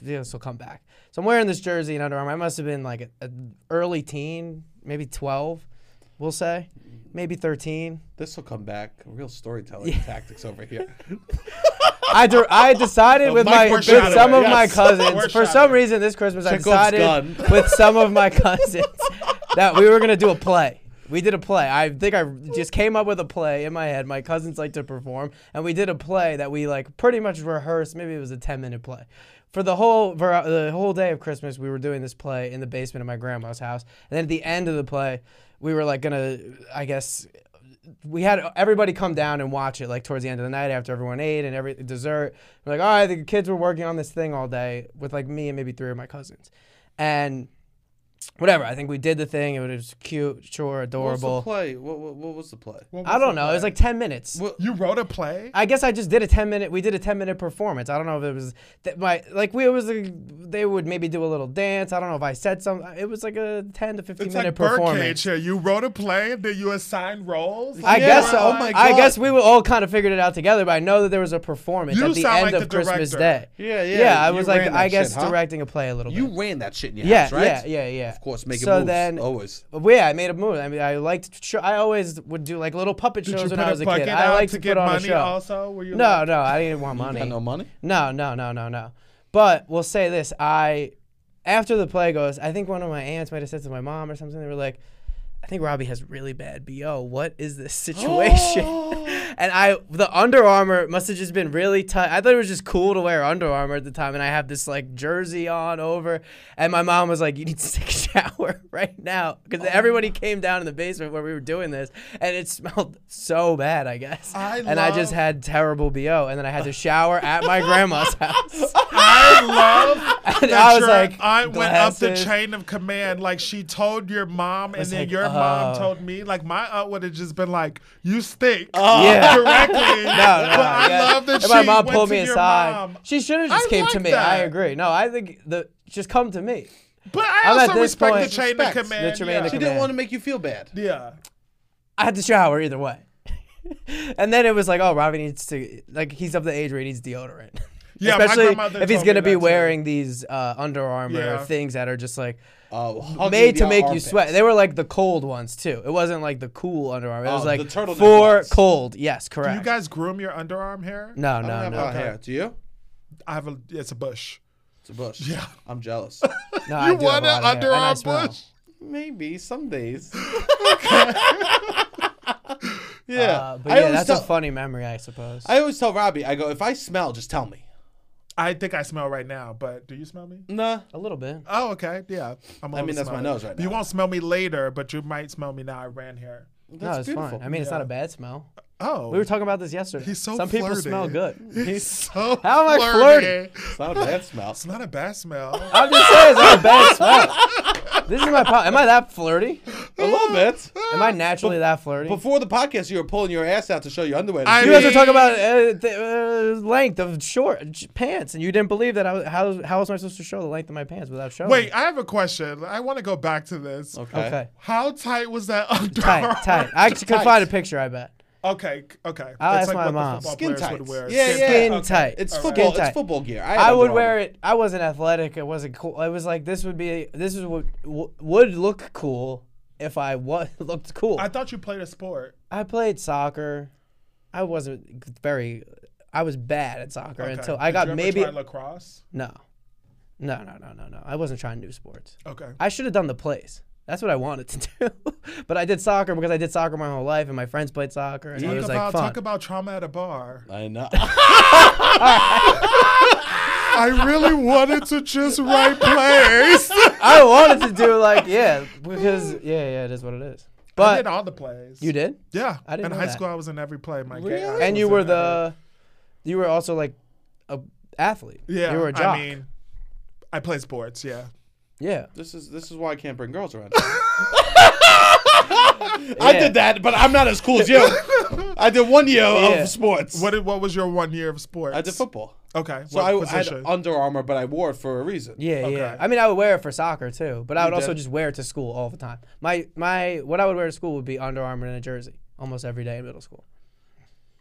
S2: This will come back. So I'm wearing this jersey and Under Armour. I must have been like an early teen, maybe 12, we'll say, maybe 13.
S1: This will come back. Real storytelling tactics over *laughs* here.
S2: I, de- I decided with
S3: Mike,
S2: my
S3: we're
S2: with
S3: shouting.
S2: some of
S3: Yes.
S2: my
S3: We're
S2: cousins for some
S3: shouting.
S2: reason this Christmas I
S1: Chekhov's gun.
S2: decided with some of my *laughs* cousins that we were gonna do a play. We did a play. I think I just came up with a play in my head. My cousins like to perform, and we did a play that we like pretty much rehearsed. Maybe it was a ten minute play. For the whole for uh, the whole day of Christmas, we were doing this play in the basement of my grandma's house, and then at the end of the play, we were like gonna, I guess, we had everybody come down and watch it like towards the end of the night after everyone ate and every dessert. We're like, all right, the kids were working on this thing all day with like me and maybe three of my cousins, and whatever. I think we did the thing. It was cute,
S1: What
S2: sure,
S1: was the
S2: adorable.
S1: play? What, what, what was the play?
S2: I don't know. It was like ten minutes.
S1: What-
S3: You wrote a play?
S2: I guess I just did a ten minute. We did a ten minute performance. I don't know if it was that my like we it was like, they would maybe do a little dance. I don't know if I said something. It was like a ten to fifteen
S3: It's
S2: minute
S3: like
S2: performance.
S3: Birdcage here. You wrote a play and then you assigned roles?
S2: I
S3: Like,
S2: guess
S3: you
S2: so.
S1: Oh
S3: were
S1: my
S3: like-
S2: I
S1: God.
S2: guess we were all kind of figured it out together, but I know that there was a performance
S3: You
S2: at the
S3: sound
S2: end
S3: like
S2: of
S3: the
S2: Christmas Day.
S3: director.
S1: Yeah, yeah,
S2: Yeah, I
S1: you
S2: was like,
S1: ran that
S2: I guess
S1: shit, huh?
S2: directing a play a little
S1: You
S2: bit.
S1: ran that shit in your
S2: Yeah,
S1: house, right?
S2: yeah, yeah, yeah.
S1: Of course, making
S2: So
S1: moves.
S2: then-
S3: Oh.
S1: always.
S2: Well, yeah, I made a move. I mean, I liked. Sh- I always would do like little puppet
S3: Did you
S2: shows
S3: put
S2: when I was
S3: a
S2: a
S3: bucket
S2: kid. I
S3: out
S2: liked
S3: to
S2: to,
S3: get
S2: put on
S3: money
S2: a show.
S3: also? Were you
S2: no,
S3: like-
S2: no, I didn't want money.
S1: Got no money.
S2: No, no, no, no, no. But we'll say this: I, after the play goes, I think one of my aunts might have said to my mom or something. They were like, "I think Robbie has really bad bo. What is this situation?" and I, the Under Armour must have just been really tight. I thought it was just cool to wear Under Armour at the time, and I have this like jersey on over, and my mom was like, "You need to take a *laughs* shower." shower right now
S3: Oh
S2: because everybody came down in the basement where we were doing this, and it smelled so bad. I guess.
S3: I
S2: and I just
S3: love-
S2: had terrible bo, and then I had to shower at
S3: *laughs*
S2: my grandma's house. *laughs*
S3: I love
S2: And
S3: that
S2: I was
S3: your
S2: like,
S3: aunt went up the
S2: glasses.
S3: chain of command. Like she told your mom, and
S2: was
S3: then
S2: like,
S3: your mom
S2: oh.
S3: told me. Like my aunt would have just been like,
S1: *laughs*
S3: "You stink."
S2: Yeah. *laughs*
S3: Directly.
S2: No, no,
S3: but I
S2: yeah.
S3: love that
S2: And my
S3: she
S2: mom
S3: went
S2: pulled
S3: to
S2: me
S3: your
S2: aside.
S3: mom.
S2: She should have just
S3: I
S2: came to
S3: like
S2: me. I
S3: that.
S2: agree. No, I think the just come to me.
S3: But I
S2: I'm at
S3: also
S2: this
S3: respect
S2: point-
S3: the chain
S1: Respect.
S3: of command.
S2: The chain of
S3: yeah.
S1: She
S2: command.
S1: didn't want to make you feel bad.
S3: Yeah.
S2: I had to shower either way. *laughs* and then it was like, oh, Robbie needs to like he's of the age where he needs deodorant.
S3: Yeah,
S2: *laughs*
S3: my
S2: especially
S3: grandmother
S2: if he's
S3: told
S2: gonna
S3: me that
S2: be
S3: too.
S2: wearing these uh, Under Armour
S3: Yeah.
S2: things that are just like
S1: Oh, hugging
S2: made to
S1: your
S2: make
S1: armpits.
S2: you sweat. They were like the cold ones too. It wasn't like the cool Under Armour. It was
S1: Oh,
S2: like
S1: the turtleneck
S2: for
S1: ones.
S2: cold. Yes, correct.
S3: You guys groom your underarm hair?
S2: no,
S1: I
S2: no,
S1: don't
S2: no.
S1: have long hair. Do you?
S3: I have a. It's a bush.
S1: It's a bush.
S3: Yeah.
S1: I'm jealous.
S2: no I
S3: you
S2: do have
S3: want
S2: a
S3: an
S2: lot of hair, and I
S3: underarm
S2: smell.
S3: bush?
S1: *laughs* Maybe some
S2: *laughs*
S1: days. *laughs* yeah.
S2: Uh, but
S1: I
S2: yeah,
S1: always
S2: that's a
S1: tell-
S2: funny memory, I suppose.
S1: I always tell Robbie, I go, if I smell, just tell me.
S3: I think I smell right now, but do you smell me?
S1: Nah.
S2: a little bit.
S3: Oh, okay. Yeah. I'm
S1: I mean,
S3: always
S1: that's my
S3: smelling.
S1: nose right
S3: You
S1: now.
S3: won't smell me later, but you might smell me now. I ran here.
S1: That's
S2: no, it's
S1: beautiful.
S2: fine. I mean, it's not a bad smell.
S3: Oh.
S2: We were talking about this yesterday.
S3: He's so
S2: Some people smell good.
S3: flirty. *laughs* He's so
S2: How am I flirty?
S1: it's not a bad
S2: *laughs*
S1: smell.
S3: It's not a bad smell.
S2: I'm just saying, it's not a bad smell. This is my problem. Am I that flirty?
S1: a little bit.
S2: Am I naturally that flirty?
S1: Before the podcast, you were pulling your ass out to show your underwear.
S3: I
S2: you guys were
S3: mean-
S2: talking about uh, th- uh, length of short j- pants, and you didn't believe that. I was, how how was I supposed to show the length of my pants without showing?
S3: Wait,
S2: it?
S3: I have a question. I want to go back to this.
S1: okay.
S2: Okay.
S3: How tight was that under?
S2: Tight, tight.
S1: *laughs*
S2: I actually could
S1: Tight.
S2: find a picture. I bet.
S3: *laughs* Okay, c- okay.
S2: I'll
S3: It's
S2: ask my
S3: what the
S2: mom.
S3: football
S1: Skin
S3: players
S1: tights.
S3: Would wear.
S1: Yeah, yeah.
S2: Skin
S3: Okay.
S2: tight.
S1: It's
S3: All right.
S1: football.
S2: Skin
S1: It's
S2: tight.
S1: football gear.
S2: I would wear it. I wasn't athletic. It wasn't cool. It was like this would be. This is what w- would look cool if I was *laughs* looked cool.
S3: I thought you played a sport.
S2: I played soccer. I wasn't very. I was bad at soccer
S3: Okay.
S2: until I
S3: Did
S2: got
S3: you ever
S2: maybe
S3: try lacrosse.
S2: no, no, no, no, no, no. I wasn't trying new sports.
S3: Okay.
S2: I should have done the plays. That's what I wanted to *laughs* do, but I did soccer because I did soccer my whole life, and my friends played soccer, and
S3: Talk
S2: it was
S3: about
S2: like fun.
S3: talk about trauma at a bar.
S1: I
S2: *laughs*
S1: know.
S3: I really wanted
S2: *laughs*
S3: to just write plays.
S2: I wanted to do like yeah, because yeah, yeah, it is what it is.
S3: I did
S2: But
S3: all the plays.
S2: you did,
S3: Yeah.
S2: I didn't
S3: in
S2: know
S3: high
S2: that.
S3: school, I was in every play. My
S1: Really?
S3: game.
S2: and you were the, you were also like a athlete.
S3: Yeah.
S2: you were a jock.
S3: I mean, I play sports. Yeah.
S2: yeah,
S1: this is this is why I can't bring girls around. I
S2: Yeah.
S1: did that, but I'm not as cool as
S2: *laughs*
S1: you. I did one year
S2: Yeah.
S1: of sports.
S3: What did, What was your one year of sports?
S1: I did football.
S3: Okay.
S1: So
S3: what
S1: I
S3: position?
S1: had Under Armour, but I wore it for a reason.
S2: Yeah,
S3: Okay.
S2: yeah. I mean, I would wear it for soccer too, but I would also
S1: did?
S2: just wear it to school all the time. My my what I would wear to school would be Under Armour and a jersey almost every day in middle school.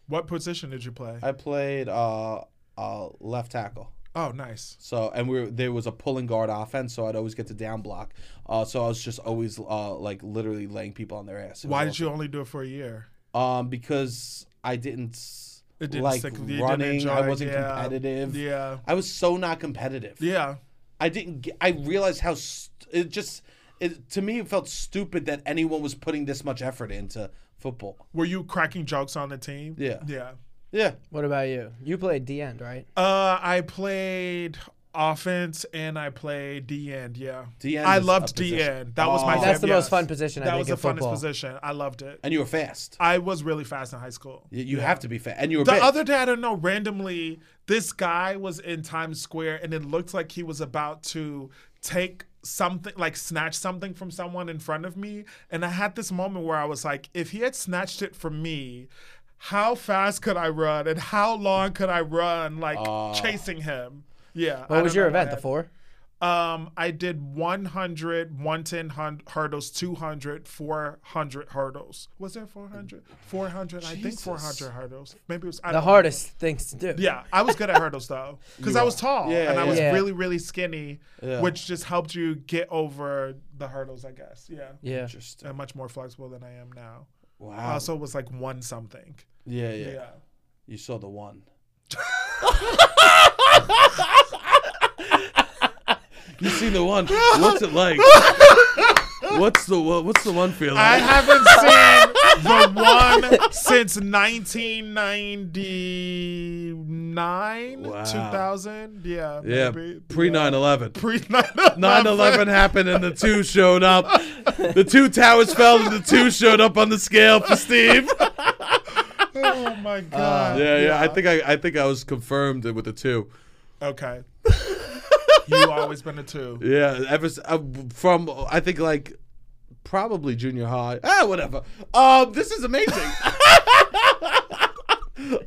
S3: what position did you play?
S1: I played uh, uh, left tackle.
S3: oh, nice.
S1: So and we were, there was a pulling guard offense, so I'd always get to down block. Uh, so I was just always uh, like literally laying people on their ass. It was
S3: Why did you only do it for a year?
S1: awesome. Um, because I didn't, s-
S3: It didn't
S1: like
S3: stick- you didn't
S1: running. I
S3: enjoy it,
S1: wasn't
S3: yeah.
S1: competitive.
S3: Yeah.
S1: I was so not competitive.
S3: Yeah.
S1: I didn't. Get, I realized how st- it just. It, to me, it felt stupid that anyone was putting this much effort into football.
S3: Were you cracking jokes on the team?
S1: Yeah.
S3: Yeah.
S1: Yeah,
S2: What about you? You played D end, right?
S3: Uh, I played offense and I played D end. Yeah.
S1: D end
S3: I
S1: is a
S3: loved D
S1: position.
S3: end. That was my.
S1: Oh.
S2: That's the
S3: fav-
S2: most
S3: yes.
S2: fun position. I
S3: That
S2: think
S3: was the
S2: in
S3: funnest
S2: football.
S3: position. I loved it.
S1: and you were fast.
S3: I was really fast in high school.
S1: You, you have to be fast, and you were
S3: The
S1: big.
S3: other day, I don't know, randomly, this guy was in Times Square and it looked like he was about to take something, like snatch something from someone in front of me. And I had this moment where I was like, if he had snatched it from me, how fast could I run and how long could I run, like chasing him? Yeah.
S2: What was your event? The four?
S3: Um, I did 100, 110 hun- hurdles, 200, 400 hurdles. Was there 400? 400, I think 400 hurdles. Maybe it was I
S2: The
S3: don't know.
S2: hardest things to do.
S3: Yeah, I was good at hurdles though, because I was tall
S1: Yeah,
S3: and I was
S2: yeah.
S3: really, really skinny,
S1: Yeah.
S3: which just helped you get over the hurdles, I guess. Yeah.
S2: Yeah.
S1: Interesting.
S3: I'm much more flexible than I am now. I
S1: Wow.
S3: also was like one something.
S1: yeah, yeah,
S3: uh, Yeah.
S1: You saw the one. you seen the one? What's it like? What's the what, what's the one feeling?
S3: I haven't seen the one since 1999,
S1: Wow.
S3: 2000. Yeah,
S1: yeah,
S3: maybe.
S1: pre 9 11.
S3: Pre
S1: 9 11 happened and the two showed up. The two towers fell and the two showed up on the scale for Steve.
S3: Oh my god.
S1: Uh, Yeah, yeah. I think I, I think I was confirmed with the two. *laughs*
S3: Okay. you always been a two.
S1: Yeah, ever s- uh, from I think like probably junior high. Ah, whatever. Um, this is
S3: *laughs*
S1: amazing.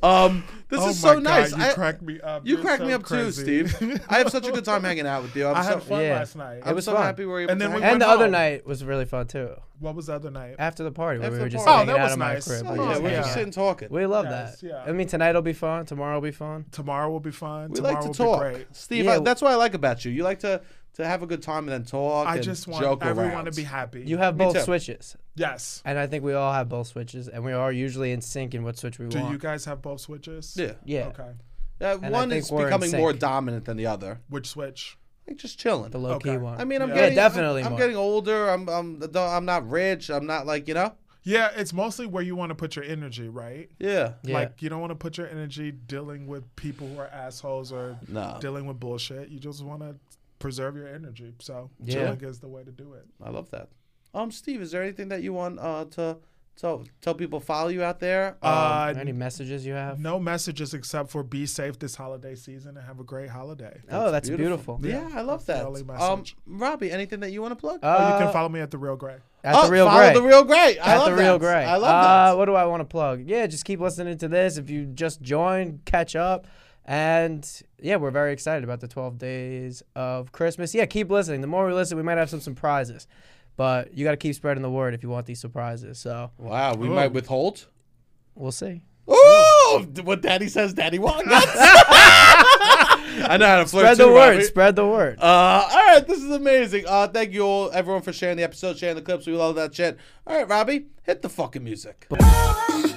S1: um, this
S3: oh
S1: is
S3: my
S1: so nice.
S3: God, you
S1: I-
S3: crack me up.
S1: You
S3: You're
S1: cracked
S3: so
S1: me up
S3: crazy.
S1: too,
S3: *laughs*
S1: Steve. I have such a good time hanging out with you. I'm
S3: I
S1: so,
S3: had fun
S2: Yeah.
S3: last night.
S1: I'm
S2: was
S1: so
S2: fun.
S1: happy we're able
S3: And
S1: to
S3: then we
S1: hang
S2: And the
S1: out.
S2: other
S3: home.
S2: night was really fun too.
S3: What was the other night?
S2: After the party, where
S1: After
S2: we
S1: the
S2: were just
S1: party.
S3: Oh,
S2: hanging
S3: that
S2: out
S3: was
S2: in
S3: nice.
S2: my crib.
S1: Oh,
S2: We
S1: yeah,
S2: just
S1: we're
S2: hang
S1: just
S2: out.
S1: sitting talking.
S2: We love
S3: Yes,
S2: that.
S3: yeah.
S2: I mean, tonight will be fun. Tomorrow will be fun.
S3: Tomorrow will be fun.
S1: we
S3: Tomorrow
S1: like to
S3: will
S1: talk,
S3: be great.
S1: Steve.
S2: Yeah.
S1: I, that's what I like about you. You like to to have a good time and then talk.
S3: I
S1: and
S3: just want
S1: joke
S3: everyone
S1: around.
S3: to be happy.
S2: You have
S1: Me
S2: both
S1: too.
S2: switches,
S3: yes.
S2: and I think we all have both switches, and we are usually in sync in what switch we
S3: Do
S2: want.
S3: you guys have both switches?
S1: Yeah,
S2: yeah,
S3: Okay.
S1: Uh,
S2: I
S1: one
S2: think
S1: is
S2: we're in
S1: becoming more
S2: sync.
S1: dominant than the other.
S3: Which switch?
S1: Like just chilling.
S2: the low key
S3: Okay.
S2: one.
S1: I mean, I'm
S3: Yeah.
S1: getting
S2: yeah, definitely.
S1: I'm, I'm
S2: more.
S1: getting older. I'm I'm the- I'm not rich. I'm not like you know.
S3: Yeah, it's mostly where you want to put your energy, right?
S1: Yeah.
S2: yeah.
S3: Like you don't want to put your energy dealing with people who are assholes or
S1: No.
S3: dealing with bullshit. You just want to preserve your energy. So
S2: Yeah.
S3: chilling is the way to do it.
S1: I love that. Um, Steve, is there anything that you want uh to tell tell people follow you out there? Um,
S3: Uh,
S2: any messages you have?
S3: no messages except for be safe this holiday season and have a great holiday.
S2: oh, that's beautiful.
S1: yeah, I love
S3: that's
S1: that.
S3: the only
S1: Um,
S3: message.
S1: Robbie, anything that you want to plug?
S3: Oh, you
S2: Uh,
S3: can follow me at the Real Gray.
S2: At
S1: Oh,
S2: the real
S1: follow
S2: gray.
S1: the real great. I
S2: at
S1: love
S2: the real
S1: that.
S2: gray.
S1: I
S2: uh,
S1: love
S2: What do I want to plug? Yeah, just keep listening to this. If you just joined, catch up. And yeah, we're very excited about the 12 days of Christmas. Yeah, keep listening. The more we listen, we might have some surprises. But you got to keep spreading the word if you want these surprises. So
S1: that. Wow, we
S3: Ooh.
S1: might withhold.
S2: we'll see.
S1: Ooh, what Daddy says, Daddy
S2: *laughs*
S1: wants. *laughs* I know how to flirt
S2: Spread the
S1: too,
S2: word.
S1: Robbie.
S2: Spread the word.
S1: Uh, all right, this is amazing. Uh, thank you all, everyone, for sharing the episode, sharing the clips. We love that shit. All right, Robbie, hit the fucking music.
S5: Bye.